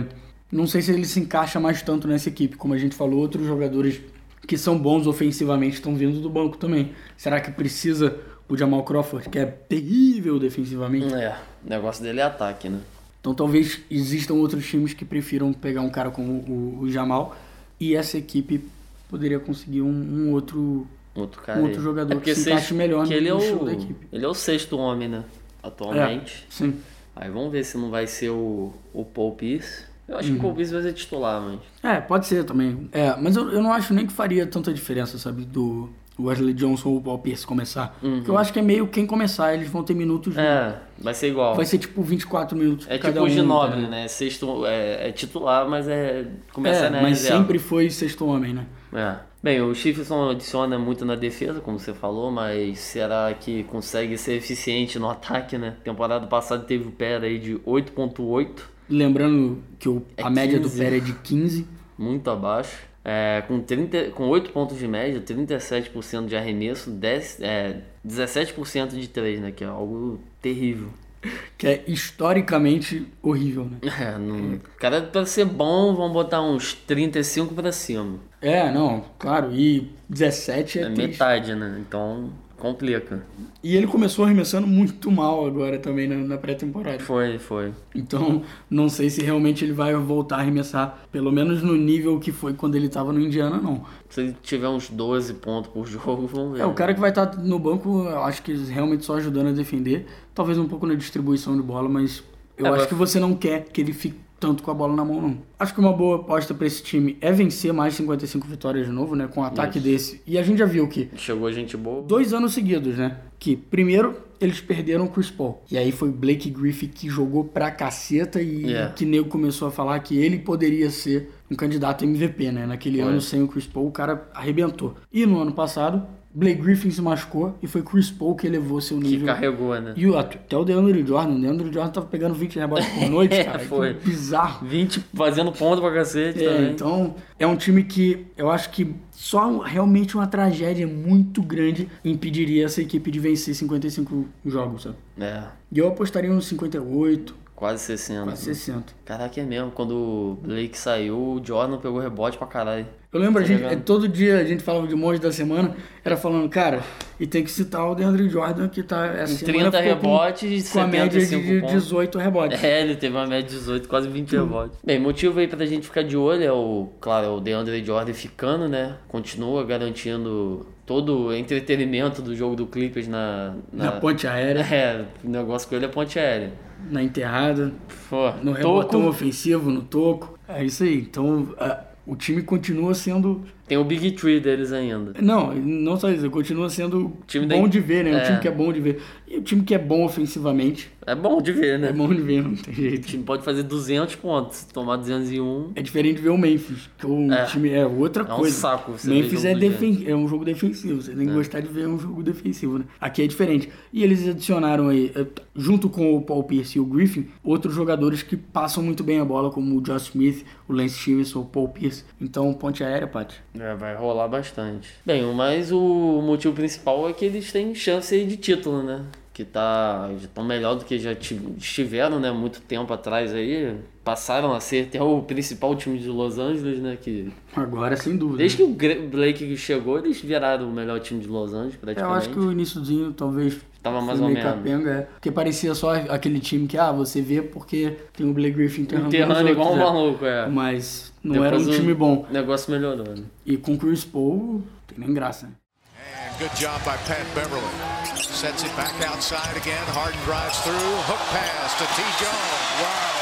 Speaker 2: não sei se ele se encaixa mais tanto nessa equipe. Como a gente falou, outros jogadores que são bons ofensivamente estão vindo do banco também. Será que precisa o Jamal Crawford, que é terrível defensivamente?
Speaker 3: É, o negócio dele é ataque, né?
Speaker 2: Então talvez existam outros times que prefiram pegar um cara como o, o Jamal e essa equipe poderia conseguir um, um outro.
Speaker 3: Outro cara.
Speaker 2: Um outro
Speaker 3: aí. É
Speaker 2: jogador
Speaker 3: porque
Speaker 2: que se
Speaker 3: sexto-
Speaker 2: encaixe melhor
Speaker 3: que
Speaker 2: no
Speaker 3: ele é
Speaker 2: estilo
Speaker 3: o,
Speaker 2: da equipe.
Speaker 3: Ele é o sexto homem, né? Atualmente.
Speaker 2: É, sim.
Speaker 3: Aí vamos ver se não vai ser o, o Paul Pierce. Eu acho que o
Speaker 2: Uhum.
Speaker 3: Paul Pierce vai ser titular, mas.
Speaker 2: É, pode ser também. É, mas eu, eu não acho nem que faria tanta diferença, sabe, do Wesley Johnson ou o Paul Pierce começar. Porque eu acho que é meio quem começar, eles vão ter minutos.
Speaker 3: Uhum. É, vai ser igual.
Speaker 2: Vai ser tipo 24 minutos
Speaker 3: é
Speaker 2: cada
Speaker 3: tipo o
Speaker 2: um.
Speaker 3: Ginobre,
Speaker 2: tá?
Speaker 3: né? Sexto, é, é titular, mas é. Começa
Speaker 2: É,
Speaker 3: na
Speaker 2: mas
Speaker 3: reserva.
Speaker 2: sempre foi sexto homem, né?
Speaker 3: É. Bem, o Chifferson adiciona muito na defesa, como você falou, mas será que consegue ser eficiente no ataque, né? Temporada passada teve o Pera aí de 8.8,
Speaker 2: Lembrando que o- a
Speaker 3: É
Speaker 2: média do
Speaker 3: 15.
Speaker 2: Pera é de 15.
Speaker 3: muito abaixo. É, com, 30, com 8 pontos de média, 37% de arremesso, 10, é, 17% de 3, né? Que é algo terrível.
Speaker 2: Que é historicamente horrível, né?
Speaker 3: É, não... Cara, pra ser bom, vão botar uns 35 pra cima.
Speaker 2: É, não, claro, e 17 é,
Speaker 3: É
Speaker 2: triste.
Speaker 3: metade, né? Então, complica.
Speaker 2: E ele começou arremessando muito mal agora também na, na pré-temporada.
Speaker 3: Foi, foi.
Speaker 2: Então, não sei se realmente ele vai voltar a arremessar, pelo menos no nível que foi quando ele tava no Indiana, não.
Speaker 3: Se ele tiver uns 12 pontos por jogo, vamos ver.
Speaker 2: É, o cara que vai estar no banco, eu acho que realmente só ajudando a defender, talvez um pouco na distribuição de bola, mas eu
Speaker 3: É,
Speaker 2: acho
Speaker 3: vai-
Speaker 2: que você não quer que ele fique tanto com a bola na mão, não. Acho que uma boa aposta pra esse time é vencer mais 55 vitórias de novo, né, com um ataque desse. E a gente já viu que
Speaker 3: Chegou gente boa.
Speaker 2: dois anos seguidos, né? Que primeiro eles perderam o Chris Paul. E aí foi Blake Griffin que jogou pra caceta e
Speaker 3: Yeah.
Speaker 2: que nego começou a falar que ele poderia ser um candidato MVP, né? Naquele ano sem o Chris Paul, o cara arrebentou. E no ano passado, Blake Griffin se machucou e foi Chris Paul que elevou seu nível.
Speaker 3: Que carregou, né?
Speaker 2: E o, até o DeAndre Jordan, o DeAndre Jordan tava pegando 20 rebotes por noite,
Speaker 3: É,
Speaker 2: cara. Que
Speaker 3: foi.
Speaker 2: Bizarro.
Speaker 3: 20 fazendo ponto pra cacete
Speaker 2: É,
Speaker 3: também.
Speaker 2: então é um time que eu acho que só um- realmente uma tragédia muito grande impediria essa equipe de vencer 55 jogos, sabe?
Speaker 3: É,
Speaker 2: E eu apostaria uns 58,
Speaker 3: quase 60.
Speaker 2: quase 60.
Speaker 3: Caraca, é mesmo. Quando o Blake saiu, o Jordan pegou rebote pra caralho.
Speaker 2: Eu lembro, a
Speaker 3: Tá
Speaker 2: gente,
Speaker 3: ligado?
Speaker 2: é, todo dia a gente falava de monte da semana, era falando, cara, e tem que citar o DeAndre Jordan, que tá essa semana
Speaker 3: 30
Speaker 2: ficou com-
Speaker 3: rebotes e
Speaker 2: com, a média de
Speaker 3: 75 pontos.
Speaker 2: 18 rebotes.
Speaker 3: É, ele teve uma média de 18, quase 20 rebotes. Bem, motivo aí pra gente ficar de olho é o, claro, é o DeAndre Jordan ficando, né? Continua garantindo todo o entretenimento do jogo do Clippers na...
Speaker 2: Na ponte aérea,
Speaker 3: É, o negócio com ele é ponte aérea.
Speaker 2: na enterrada.
Speaker 3: Pô,
Speaker 2: no rebotão
Speaker 3: toco,
Speaker 2: ofensivo, no toco. É isso aí. Então, a- o time continua sendo.
Speaker 3: tem o Big Tree deles ainda.
Speaker 2: Não, não só isso, continua sendo
Speaker 3: Time da-
Speaker 2: bom de ver, né? Um
Speaker 3: É.
Speaker 2: time que é bom de ver. E o time que é bom ofensivamente,
Speaker 3: É bom de ver, né?
Speaker 2: é bom de ver, não tem
Speaker 3: O
Speaker 2: jeito.
Speaker 3: time pode fazer 200 pontos, se tomar 201.
Speaker 2: É diferente de ver o Memphis, que o
Speaker 3: É.
Speaker 2: time é outra
Speaker 3: É um
Speaker 2: coisa.
Speaker 3: saco você ver
Speaker 2: Memphis
Speaker 3: jogo
Speaker 2: é,
Speaker 3: do É.
Speaker 2: defen- é um jogo defensivo, você tem que gostar de ver um jogo defensivo, né? Aqui é diferente. E eles adicionaram aí, eh, junto com o Paul Pierce e o Griffin, outros jogadores que passam muito bem a bola, como o Josh Smith, o Lance Stevenson, o Paul Pierce. Então, ponte aérea, Paty.
Speaker 3: É, vai rolar bastante. Bem, mas o motivo principal é que eles têm chance aí de título, né? Que tá. Já tão melhor do que já ti- estiveram, né? Muito tempo atrás aí. Passaram a ser até o principal time de Los Angeles, né? Que.
Speaker 2: Agora, sem dúvida.
Speaker 3: Desde que o Gre- Blake chegou, eles viraram o melhor time de Los Angeles,
Speaker 2: Eu
Speaker 3: praticamente.
Speaker 2: acho que o iníciozinho talvez
Speaker 3: Tava
Speaker 2: foi
Speaker 3: mais ou
Speaker 2: meio
Speaker 3: menos.
Speaker 2: capenga, é. porque parecia só aquele time que ah, você vê porque tem o Blake Griffin enterrando,
Speaker 3: Enterrando
Speaker 2: os
Speaker 3: igual um
Speaker 2: outros, é.
Speaker 3: maluco, é.
Speaker 2: Mas não
Speaker 3: Depois
Speaker 2: era um
Speaker 3: o
Speaker 2: time bom.
Speaker 3: negócio melhorou, né?
Speaker 2: E com o Chris Paul, tem nem graça. né?
Speaker 4: And
Speaker 7: Good job by Pat Beverly. Sets it back outside again. Harden drives through. Hook pass to T. Jones. Wow.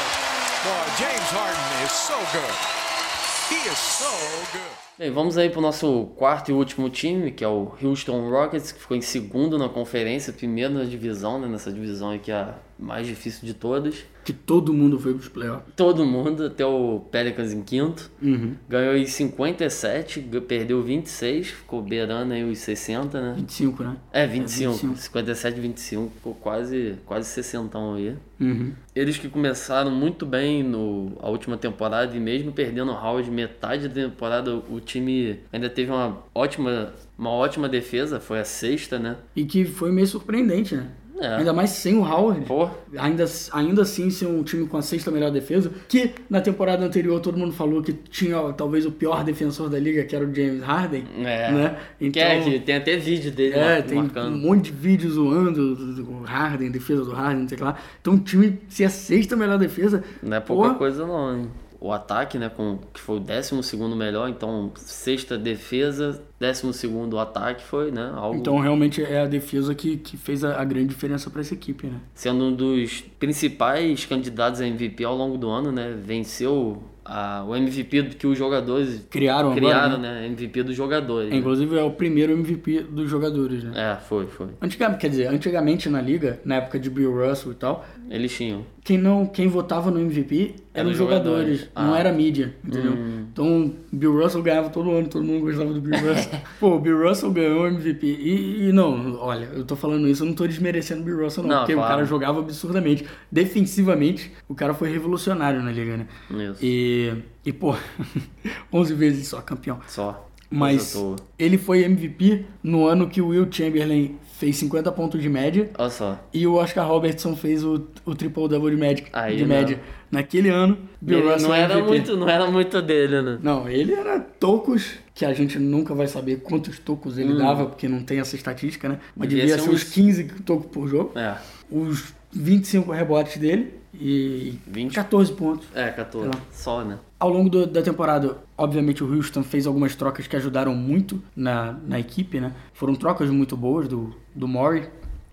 Speaker 7: Boy, James Harden is so good. He is so good.
Speaker 3: Bem, vamos aí para o nosso quarto e último time, que é o Houston Rockets, que ficou em segundo na conferência, primeiro na divisão, né? Nessa divisão aí que é a mais difícil de todas.
Speaker 2: Que todo mundo foi pros playoffs.
Speaker 3: Todo mundo, até o Pelicans em quinto.
Speaker 2: Uhum.
Speaker 3: Ganhou em 57, g- perdeu 26, ficou beirando aí os 60, né?
Speaker 2: 25, né?
Speaker 3: É, 25. 57, 25, ficou quase, quase 60 aí.
Speaker 2: Uhum.
Speaker 3: Eles que começaram muito bem no, a última temporada e mesmo perdendo o Howard metade da temporada, o time ainda teve uma ótima, uma ótima defesa, foi a sexta, né?
Speaker 2: E que foi meio surpreendente, né?
Speaker 3: É.
Speaker 2: Ainda mais sem o Howard.
Speaker 3: Pô,
Speaker 2: Ainda, ainda assim ser um time com a sexta melhor defesa, que na temporada anterior todo mundo falou que tinha ó, talvez o pior defensor da liga, que era o James Harden.
Speaker 3: é.
Speaker 2: Né?
Speaker 3: Que é, que tem até vídeo dele
Speaker 2: É,
Speaker 3: mar-
Speaker 2: tem
Speaker 3: marcando.
Speaker 2: um monte de vídeo zoando do- do Harden, defesa do Harden, não sei o que lá. Então, o time, se é a sexta melhor defesa.
Speaker 3: Não é pouca
Speaker 2: pô,
Speaker 3: coisa não, hein? O ataque, né, com, que foi o 12 melhor, então sexta defesa, 12 ataque foi, né, algo
Speaker 2: Então, realmente é a defesa que, que fez a, a grande diferença pra essa equipe, né?
Speaker 3: sendo um dos principais candidatos a MVP ao longo do ano, né, venceu a- o MVP que os jogadores
Speaker 2: Criaram agora,
Speaker 3: criaram né? MVP dos jogadores. né?
Speaker 2: Inclusive, é o primeiro MVP dos jogadores, né?
Speaker 3: É, foi, foi.
Speaker 2: Antigamente, quer dizer, antigamente na liga, na época de Bill Russell e tal,
Speaker 3: Eles tinham.
Speaker 2: quem não quem votava no MVP eram
Speaker 3: Eram
Speaker 2: os jogadores,
Speaker 3: jogadores.
Speaker 2: não
Speaker 3: Ah.
Speaker 2: era a mídia, entendeu? Então, Bill Russell ganhava todo ano, todo mundo gostava do Bill Russell. Pô, o Bill Russell ganhou o MVP. E, e não, olha, eu tô falando isso, eu não tô desmerecendo o Bill Russell, não,
Speaker 3: Não,
Speaker 2: porque o
Speaker 3: claro.
Speaker 2: cara jogava absurdamente. Defensivamente, o cara foi revolucionário na liga, né?
Speaker 3: Isso.
Speaker 2: E, e pô, 11 vezes só campeão.
Speaker 3: Só.
Speaker 2: Mas
Speaker 3: Coisa toa.
Speaker 2: ele foi MVP no ano que o Will Chamberlain fez 50 pontos de média
Speaker 3: Olha só.
Speaker 2: e o Oscar Robertson fez o, o triple double de média,
Speaker 3: Aí,
Speaker 2: de
Speaker 3: né?
Speaker 2: média naquele ano. Bill
Speaker 3: Ele
Speaker 2: Russell
Speaker 3: não era
Speaker 2: MVP.
Speaker 3: muito, não era muito dele, né?
Speaker 2: Não, ele era tocos, que a gente nunca vai saber quantos tocos ele dava, porque não tem essa estatística, né? Mas devia,
Speaker 3: Hum. Devia ser
Speaker 2: ser uns
Speaker 3: uns-
Speaker 2: 15 tocos por jogo.
Speaker 3: É.
Speaker 2: Os 25 rebotes dele e
Speaker 3: 20.
Speaker 2: 14 pontos.
Speaker 3: É, 14.
Speaker 2: Sei lá.
Speaker 3: Só, né?
Speaker 2: Ao longo do- da temporada, obviamente, o Houston fez algumas trocas que ajudaram muito na, na equipe, né? Foram trocas muito boas do, do Murray.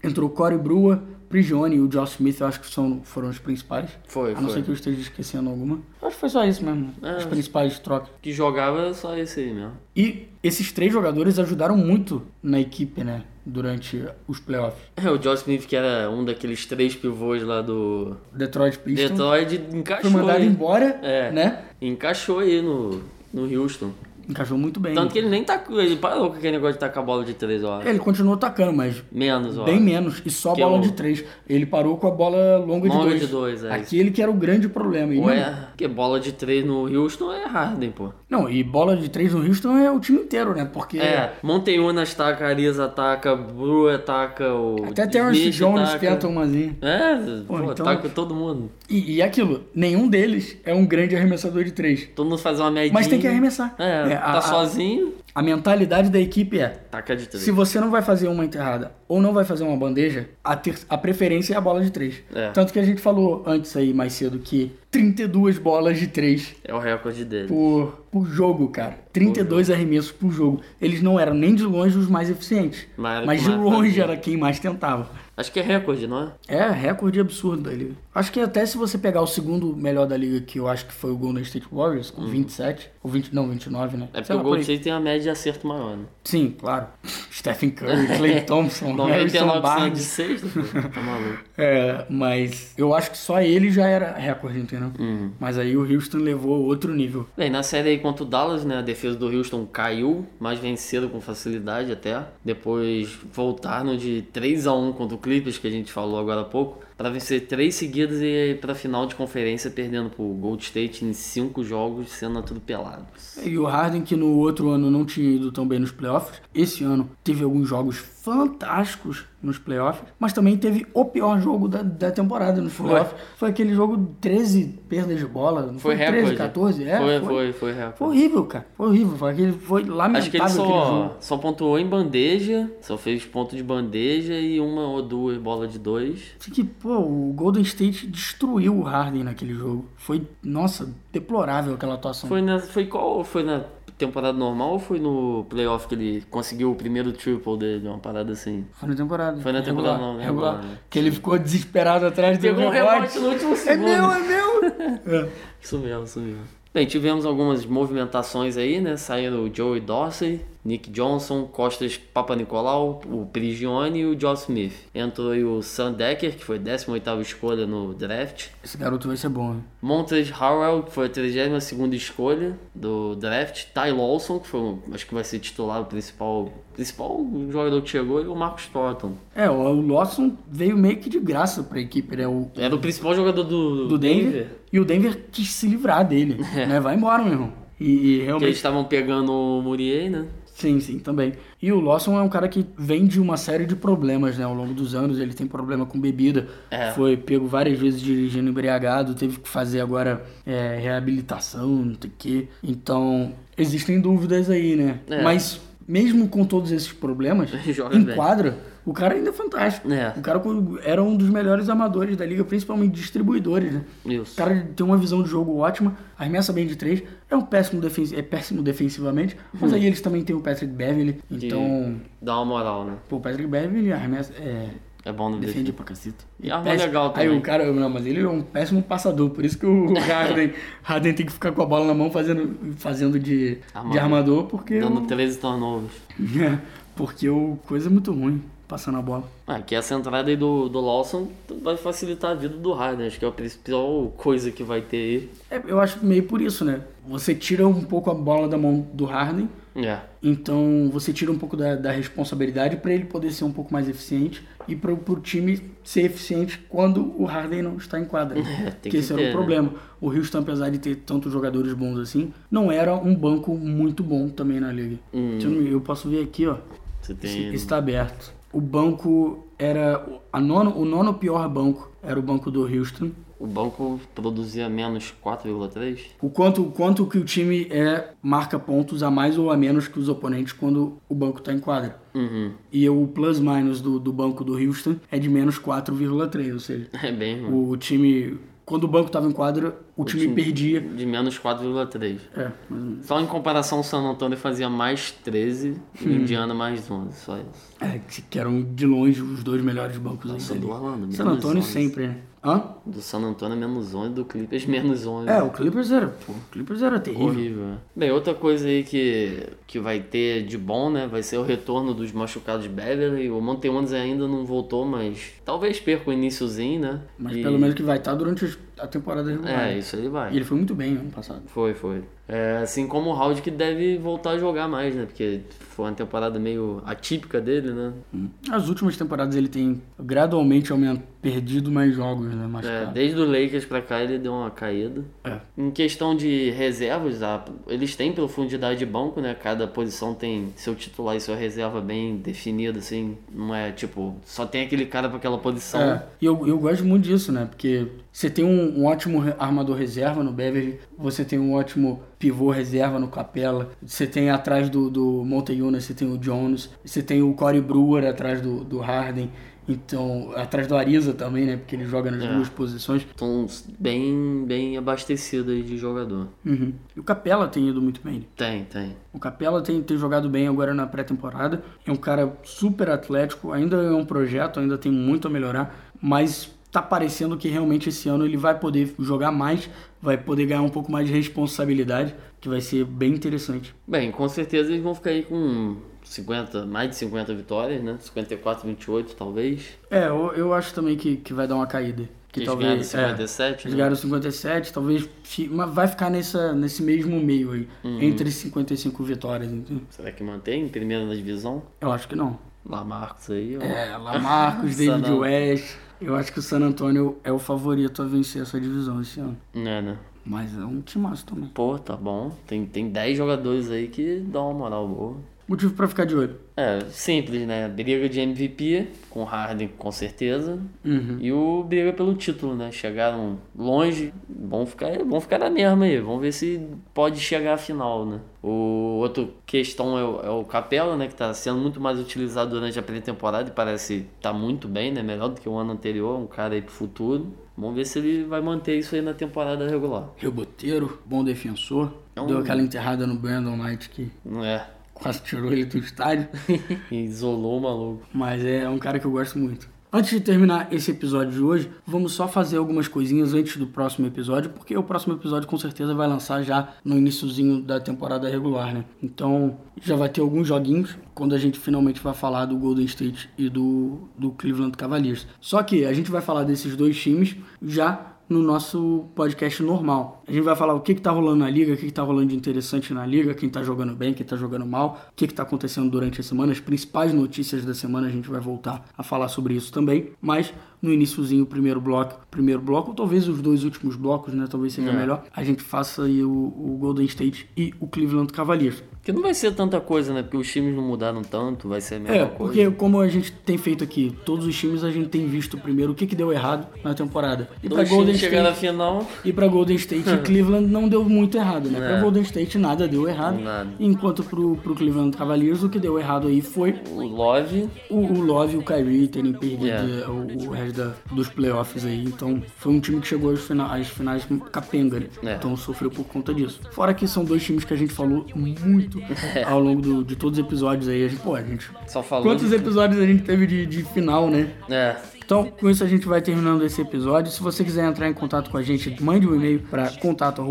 Speaker 2: Entrou Corey Brewer, Prigione e o Josh Smith, eu acho que são, foram os principais.
Speaker 3: Foi,
Speaker 2: A não
Speaker 3: foi. É.
Speaker 2: ser que eu esteja esquecendo alguma. Acho que foi só isso mesmo, as principais trocas.
Speaker 3: que jogava era só esse aí mesmo.
Speaker 2: E esses três jogadores ajudaram muito na equipe, né? Durante os playoffs.
Speaker 3: É, o Josh Smith, que era um daqueles três pivôs lá do
Speaker 2: Detroit Pistons
Speaker 3: Detroit,
Speaker 2: foi
Speaker 3: encaixou.
Speaker 2: mandado
Speaker 3: aí.
Speaker 2: embora,
Speaker 3: É.
Speaker 2: né?
Speaker 3: Encaixou aí no, no Houston.
Speaker 2: Encaixou muito bem.
Speaker 3: Tanto que ele nem tacou, ele parou com aquele negócio de tacar bola de três horas.
Speaker 2: Ele continuou atacando, mas
Speaker 3: Menos, ó.
Speaker 2: Bem menos, e só a
Speaker 3: Que é
Speaker 2: bola
Speaker 3: o-
Speaker 2: de três. Ele parou com a bola longa de
Speaker 3: Longa
Speaker 2: dois.
Speaker 3: de dois, é
Speaker 2: Aquele que era o grande problema. E, mano,
Speaker 3: Ué, porque bola de três no Houston é Harden, pô.
Speaker 2: Não, e bola de três no Houston é o time inteiro, né? Porque
Speaker 3: É, Monteunas ataca, Arias ataca, Brewer ataca, o.
Speaker 2: até Terrence
Speaker 3: Smith tá
Speaker 2: Jones
Speaker 3: ataca.
Speaker 2: tenta umazinha.
Speaker 3: É, pô,
Speaker 2: então-
Speaker 3: ataca todo mundo.
Speaker 2: E, e aquilo, nenhum deles é um grande arremessador de três.
Speaker 3: Todo mundo faz uma média.
Speaker 2: Mas tem que arremessar.
Speaker 3: É,
Speaker 2: É,
Speaker 3: tá
Speaker 2: a-
Speaker 3: sozinho,
Speaker 2: A mentalidade da equipe é:
Speaker 3: taca de três.
Speaker 2: se você não vai fazer uma enterrada ou não vai fazer uma bandeja, a, ter- a preferência é a bola de três.
Speaker 3: É.
Speaker 2: Tanto que a gente falou antes aí mais cedo que 32 bolas de três
Speaker 3: É o recorde dele.
Speaker 2: por, por jogo, cara. 32 arremessos por jogo. Eles não eram nem de longe os mais eficientes.
Speaker 3: Mas era
Speaker 2: Mas,
Speaker 3: o que
Speaker 2: de
Speaker 3: mais
Speaker 2: longe
Speaker 3: fazia.
Speaker 2: era quem mais tentava.
Speaker 3: Acho que é recorde, não é?
Speaker 2: É, recorde absurdo da liga. Acho que até se você pegar o segundo melhor da liga, que eu acho que foi o Golden State Warriors, com 27, ou 20, não, 29, né?
Speaker 3: Uhum. É porque
Speaker 2: Sei lá,
Speaker 3: o
Speaker 2: por
Speaker 3: Golden
Speaker 2: aí.
Speaker 3: State tem uma média de acerto maior, né? É.
Speaker 2: Sim, claro. Stephen Curry, Clay Thompson, Harrison
Speaker 3: 99% de
Speaker 2: Barnes.
Speaker 3: sexta, pô. Tá maluco.
Speaker 2: É, mas eu acho que só ele já era recorde, entendeu?
Speaker 3: Uhum.
Speaker 2: Mas aí o Houston levou outro nível.
Speaker 3: Bem, na série aí contra o Dallas, né, a defesa do Houston caiu, mas venceram com facilidade até. Depois voltaram de 3 a 1 contra o Clippers, que a gente falou agora há pouco, para vencer três seguidas e para final de conferência perdendo pro Gold State em cinco jogos, sendo atropelados.
Speaker 2: E o Harden, que no outro ano não tinha ido tão bem nos playoffs, esse ano teve alguns jogos fantásticos nos playoffs, mas também teve o pior jogo da, da temporada nos playoffs. Foi aquele jogo 13 perdas de bola, não
Speaker 3: Foi
Speaker 2: foi, 13,
Speaker 3: recorde.
Speaker 2: 14, é?
Speaker 3: Foi, foi, foi recorde.
Speaker 2: Foi horrível, cara. Foi horrível. Foi, aquele, foi lamentável
Speaker 3: Acho que ele
Speaker 2: aquele
Speaker 3: só,
Speaker 2: jogo.
Speaker 3: só pontuou em bandeja, só fez ponto de bandeja e uma ou duas bola de dois.
Speaker 2: Acho Que, pô, o Golden State destruiu o Harden naquele jogo. Foi, nossa, deplorável aquela atuação.
Speaker 3: Foi na. Foi qual? Foi na temporada normal ou foi no playoff que ele conseguiu o primeiro triple dele? Uma parada assim.
Speaker 2: Foi na temporada.
Speaker 3: Foi na
Speaker 2: Regular,
Speaker 3: temporada, não,
Speaker 2: regular.
Speaker 3: regular, né?
Speaker 2: Que ele ficou desesperado atrás do
Speaker 3: Pegou um rebote no último
Speaker 2: É
Speaker 3: segundo.
Speaker 2: meu, é meu!
Speaker 3: Isso mesmo, isso mesmo. Bem, tivemos algumas movimentações aí, né? Saíram o Joey Dorsey, Nick Johnson, Costas Papa Nicolau, o Prigione e o Josh Smith. Entrou aí o Sam Decker, que foi 18ª escolha no draft.
Speaker 2: Esse garoto vai ser bom, né?
Speaker 3: Montrez Harrell, que foi a 32ª escolha do draft. Ty Lawson, que foi, o- acho que vai ser titular, o principal, principal jogador que chegou, e o Marcus Thornton.
Speaker 2: É, o o Lawson veio meio que de graça pra equipe, né? O,
Speaker 3: Era o principal jogador do,
Speaker 2: do Denver, E o Denver quis se livrar dele, né? Vai embora, meu irmão. E, e
Speaker 3: Que É. eles
Speaker 2: realmente...
Speaker 3: estavam pegando o Murier, né?
Speaker 2: Sim, sim, também. E o Lawson é um cara que vem de uma série de problemas, né? Ao longo dos anos, ele tem problema com bebida.
Speaker 3: É.
Speaker 2: Foi pego várias vezes dirigindo embriagado, teve que fazer agora é, reabilitação, não sei o quê. Então, existem dúvidas aí, né?
Speaker 3: É.
Speaker 2: Mas, mesmo com todos esses problemas,
Speaker 3: Ele joga
Speaker 2: em
Speaker 3: bem.
Speaker 2: quadra, o cara ainda é fantástico.
Speaker 3: É.
Speaker 2: O cara era um dos melhores amadores da liga, principalmente distribuidores, né?
Speaker 3: Isso.
Speaker 2: O cara tem uma visão de jogo ótima, arremessa bem de três, é um péssimo, defen é péssimo defensivamente, mas aí eles também têm o Patrick Beverly,
Speaker 3: Hum. Que
Speaker 2: então...
Speaker 3: Dá uma moral, né?
Speaker 2: Pô, o Patrick Beverly arremessa... É,
Speaker 3: É bom no
Speaker 2: defende
Speaker 3: defende.
Speaker 2: pra caceta.
Speaker 3: E arma
Speaker 2: Péssimo-
Speaker 3: legal
Speaker 2: Aí
Speaker 3: também.
Speaker 2: o cara... Não, mas ele é um péssimo passador, por isso que o Harden, Harden tem que ficar com a bola na mão fazendo, fazendo de,
Speaker 3: Armador.
Speaker 2: de armador, porque...
Speaker 3: Dando
Speaker 2: o-
Speaker 3: 13 turnovers.
Speaker 2: porque o coisa é muito ruim, passando a bola.
Speaker 3: Ah, que essa entrada aí do, do Lawson vai facilitar a vida do Harden. Acho que é a principal coisa que vai ter
Speaker 2: É, eu acho meio por isso, né? Você tira um pouco a bola da mão do Harden,
Speaker 3: aí. É.
Speaker 2: Então você tira um pouco da, da responsabilidade para ele poder ser um pouco mais eficiente e para o time ser eficiente quando o Harden não está em quadra.
Speaker 3: É, tem
Speaker 2: Porque
Speaker 3: que
Speaker 2: esse
Speaker 3: ter,
Speaker 2: era
Speaker 3: né?
Speaker 2: o problema. O Houston, apesar de ter tantos jogadores bons assim, não era um banco muito bom também na liga.
Speaker 3: Hum.
Speaker 2: Se eu, não me- eu posso ver aqui, ó.
Speaker 3: Você
Speaker 2: Esse-
Speaker 3: tem.
Speaker 2: Esse está aberto. O banco era. o- A nono, o nono pior banco era o banco do Houston.
Speaker 3: O banco produzia menos 4,3.
Speaker 2: O quanto, o quanto que o time é marca pontos a mais ou a menos que os oponentes quando o banco tá em quadra.
Speaker 3: Uhum.
Speaker 2: E o plus minus do, do banco do Houston é de menos 4,3, ou seja,
Speaker 3: É bem, mano.
Speaker 2: o time. Quando o banco tava em quadra, o, time, perdia.
Speaker 3: De menos 4,3.
Speaker 2: É, mais ou menos.
Speaker 3: Só em comparação, o San Antonio fazia mais 13 e
Speaker 2: Hum.
Speaker 3: o Indiana mais 11. Só isso.
Speaker 2: É, que que eram de longe os dois melhores bancos
Speaker 3: Nossa,
Speaker 2: aí.
Speaker 3: do Orlando,
Speaker 2: San
Speaker 3: menos
Speaker 2: Antônio
Speaker 3: onze.
Speaker 2: sempre, né? Hã?
Speaker 3: Do San Antonio menos 11, do Clippers menos 11.
Speaker 2: É, o Clippers era. Pô, o Clippers era terrível.
Speaker 3: Horrível. né? Bem, outra coisa aí que, que vai ter de bom, né? Vai ser o retorno dos machucados de Beverly. O Monteones ainda não voltou, mas talvez perca o iníciozinho, né?
Speaker 2: Mas
Speaker 3: E-
Speaker 2: pelo menos que vai estar durante as- a temporada regular.
Speaker 3: É, isso aí vai.
Speaker 2: E ele foi muito bem ano passado.
Speaker 3: Foi, foi. É, assim como o Howard que deve voltar a jogar mais, né? Porque foi uma temporada meio atípica dele, né?
Speaker 2: As últimas temporadas ele tem gradualmente aument... perdido mais jogos, né? Mais
Speaker 3: É,
Speaker 2: claro.
Speaker 3: desde o Lakers pra cá ele deu uma caída.
Speaker 2: É.
Speaker 3: Em questão de reservas, a- eles têm profundidade de banco, né? Cada posição tem seu titular e sua reserva bem definida, assim. Não é tipo, só tem aquele cara pra aquela posição.
Speaker 2: É, E eu, eu gosto muito disso, né? Porque você tem um, um ótimo re- armador reserva no Beverly, você tem um ótimo pivô reserva no Capela, você tem atrás do, do Montaigne, você tem o Jones, você tem o Corey Brewer atrás do, do Harden, então, atrás do Ariza também, né? Porque ele joga
Speaker 3: É.
Speaker 2: nas duas posições.
Speaker 3: Estão bem, bem abastecidos aí de jogador.
Speaker 2: Uhum. E o Capela tem ido muito bem. né?
Speaker 3: Tem, tem.
Speaker 2: O Capela tem, tem jogado bem agora na pré-temporada. É um cara super atlético, ainda é um projeto, ainda tem muito a melhorar, mas tá parecendo que realmente esse ano ele vai poder jogar mais, vai poder ganhar um pouco mais de responsabilidade, que vai ser bem interessante.
Speaker 3: Bem, com certeza eles vão ficar aí com 50, mais de 50 vitórias, né? 54, 28 talvez.
Speaker 2: É, eu, eu acho também que, que vai dar uma caída. Que
Speaker 3: Eles ganharam
Speaker 2: talvez,
Speaker 3: 57,
Speaker 2: é, eles
Speaker 3: né?
Speaker 2: ganharam 57, talvez fi- mas vai ficar nessa, nesse mesmo meio aí,
Speaker 3: Uhum.
Speaker 2: entre 55 vitórias. entendeu?
Speaker 3: Será que mantém em primeira na divisão?
Speaker 2: Eu acho que não.
Speaker 3: Lá Marcos aí, ó.
Speaker 2: É, Lamarcos,
Speaker 3: San
Speaker 2: David
Speaker 3: Antonio.
Speaker 2: West. Eu acho que o San Antonio é o favorito a vencer essa divisão esse ano.
Speaker 3: É, né?
Speaker 2: Mas é um timaço também.
Speaker 3: Pô, tá bom. Tem, tem 10 jogadores aí que dão uma moral boa.
Speaker 2: Motivo pra ficar de olho.
Speaker 3: É, simples, né? Briga de MVP, com Harden com certeza. E o briga pelo título, né? Chegaram longe, vão ficar, vão ficar na mesma aí. Vamos ver se pode chegar à final, né? O outro questão é o, é o Capela, né? Que tá sendo muito mais utilizado durante a pré-temporada e parece tá muito bem, né? Melhor do que o ano anterior, um cara aí pro futuro. Vamos ver se ele vai manter isso aí na temporada regular.
Speaker 2: Reboteiro, bom defensor.
Speaker 3: É um-
Speaker 2: Deu aquela enterrada no Brandon Knight que
Speaker 3: Não é?
Speaker 2: quase tirou ele do estádio.
Speaker 3: Isolou o maluco.
Speaker 2: Mas é um cara que eu gosto muito. Antes de terminar esse episódio de hoje, vamos só fazer algumas coisinhas antes do próximo episódio, porque o próximo episódio com certeza vai lançar já no iníciozinho da temporada regular, né? Então já vai ter alguns joguinhos quando a gente finalmente vai falar do Golden State e do, do Cleveland Cavaliers. Só que a gente vai falar desses dois times já no nosso podcast normal. A gente vai falar o que, que tá rolando na liga, o que, que tá rolando de interessante na liga, quem tá jogando bem, quem tá jogando mal, o que, que tá acontecendo durante a semana, as principais notícias da semana, a gente vai voltar a falar sobre isso também. Mas no iníciozinho, primeiro bloco, primeiro bloco, ou talvez os dois últimos blocos, né? Talvez
Speaker 3: É.
Speaker 2: seja melhor, a gente faça aí o, o Golden State e o Cleveland Cavaliers.
Speaker 3: Que não vai ser tanta coisa, né? Porque os times não mudaram tanto, vai ser a mesma
Speaker 2: É,
Speaker 3: coisa.
Speaker 2: porque como a gente tem feito aqui, todos os times a gente tem visto primeiro o que, que deu errado na temporada. E pra
Speaker 3: Dois
Speaker 2: Golden
Speaker 3: times
Speaker 2: State
Speaker 3: chegaram à final.
Speaker 2: E pra Golden State e Cleveland não deu muito errado, né? Pra
Speaker 3: Hum. É.
Speaker 2: Golden State nada deu errado.
Speaker 3: Nada.
Speaker 2: Enquanto pro, pro Cleveland Cavaliers o que deu errado aí foi
Speaker 3: O Love
Speaker 2: o, o Love e o Kyrie terem perdido
Speaker 3: Yeah.
Speaker 2: eh, o, o resto da- dos playoffs aí. Então foi um time que chegou às, fina, às finais capenga, né?
Speaker 3: É.
Speaker 2: Então sofreu por conta disso. Fora que são dois times que a gente falou muito ao longo do- de todos os episódios aí. A gente, pô, a gente...
Speaker 3: só falou.
Speaker 2: Quantos episódios a gente teve de- de final, né?
Speaker 3: É,
Speaker 2: Então, com isso a gente vai terminando esse episódio. Se você quiser entrar em contato com a gente, mande um e-mail para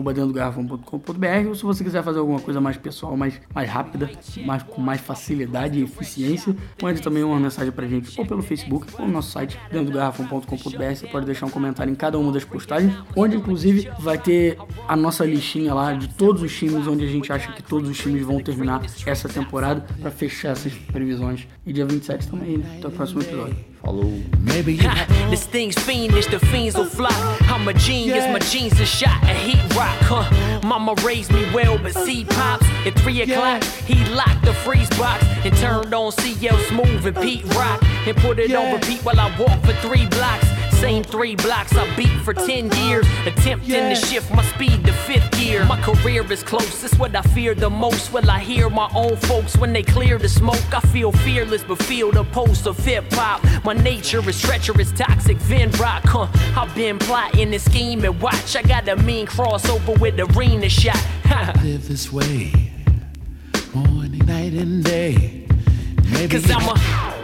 Speaker 2: contato@dendogarrafão.com.br ou se você quiser fazer alguma coisa mais pessoal, mais, mais rápida, mais, com mais facilidade e eficiência, mande também uma mensagem pra gente ou pelo Facebook ou no nosso site dendogarrafão.com.br. Você pode deixar um comentário em cada uma das postagens, onde inclusive vai ter a nossa listinha lá de todos os times onde a gente acha que todos os times vão terminar essa temporada para fechar essas previsões. E dia 27 também, né? Até o próximo episódio.
Speaker 3: falou.
Speaker 8: This thing's fiendish, the fiends will fly. I'm a genius, my jeans are shot and heat rock, huh? Mama raised me well, but see pops. At three o'clock, he locked the freeze box and turned on CL Smooth and Pete Rock and put it on repeat while I walk for three blocks. Same three blocks I beat for 10 years. Attempting to shift my speed to fifth gear. My career is close, it's what I fear the most. Will I hear my own folks when they clear the smoke? I feel fearless, but feel the pulse of hip hop. My nature is treacherous, toxic, Vin Rock, huh? I've been plotting and scheming. Watch, I got a mean crossover with the arena shot. Ha.
Speaker 9: live this way, morning, night, and day. Maybe
Speaker 8: Cause I'm a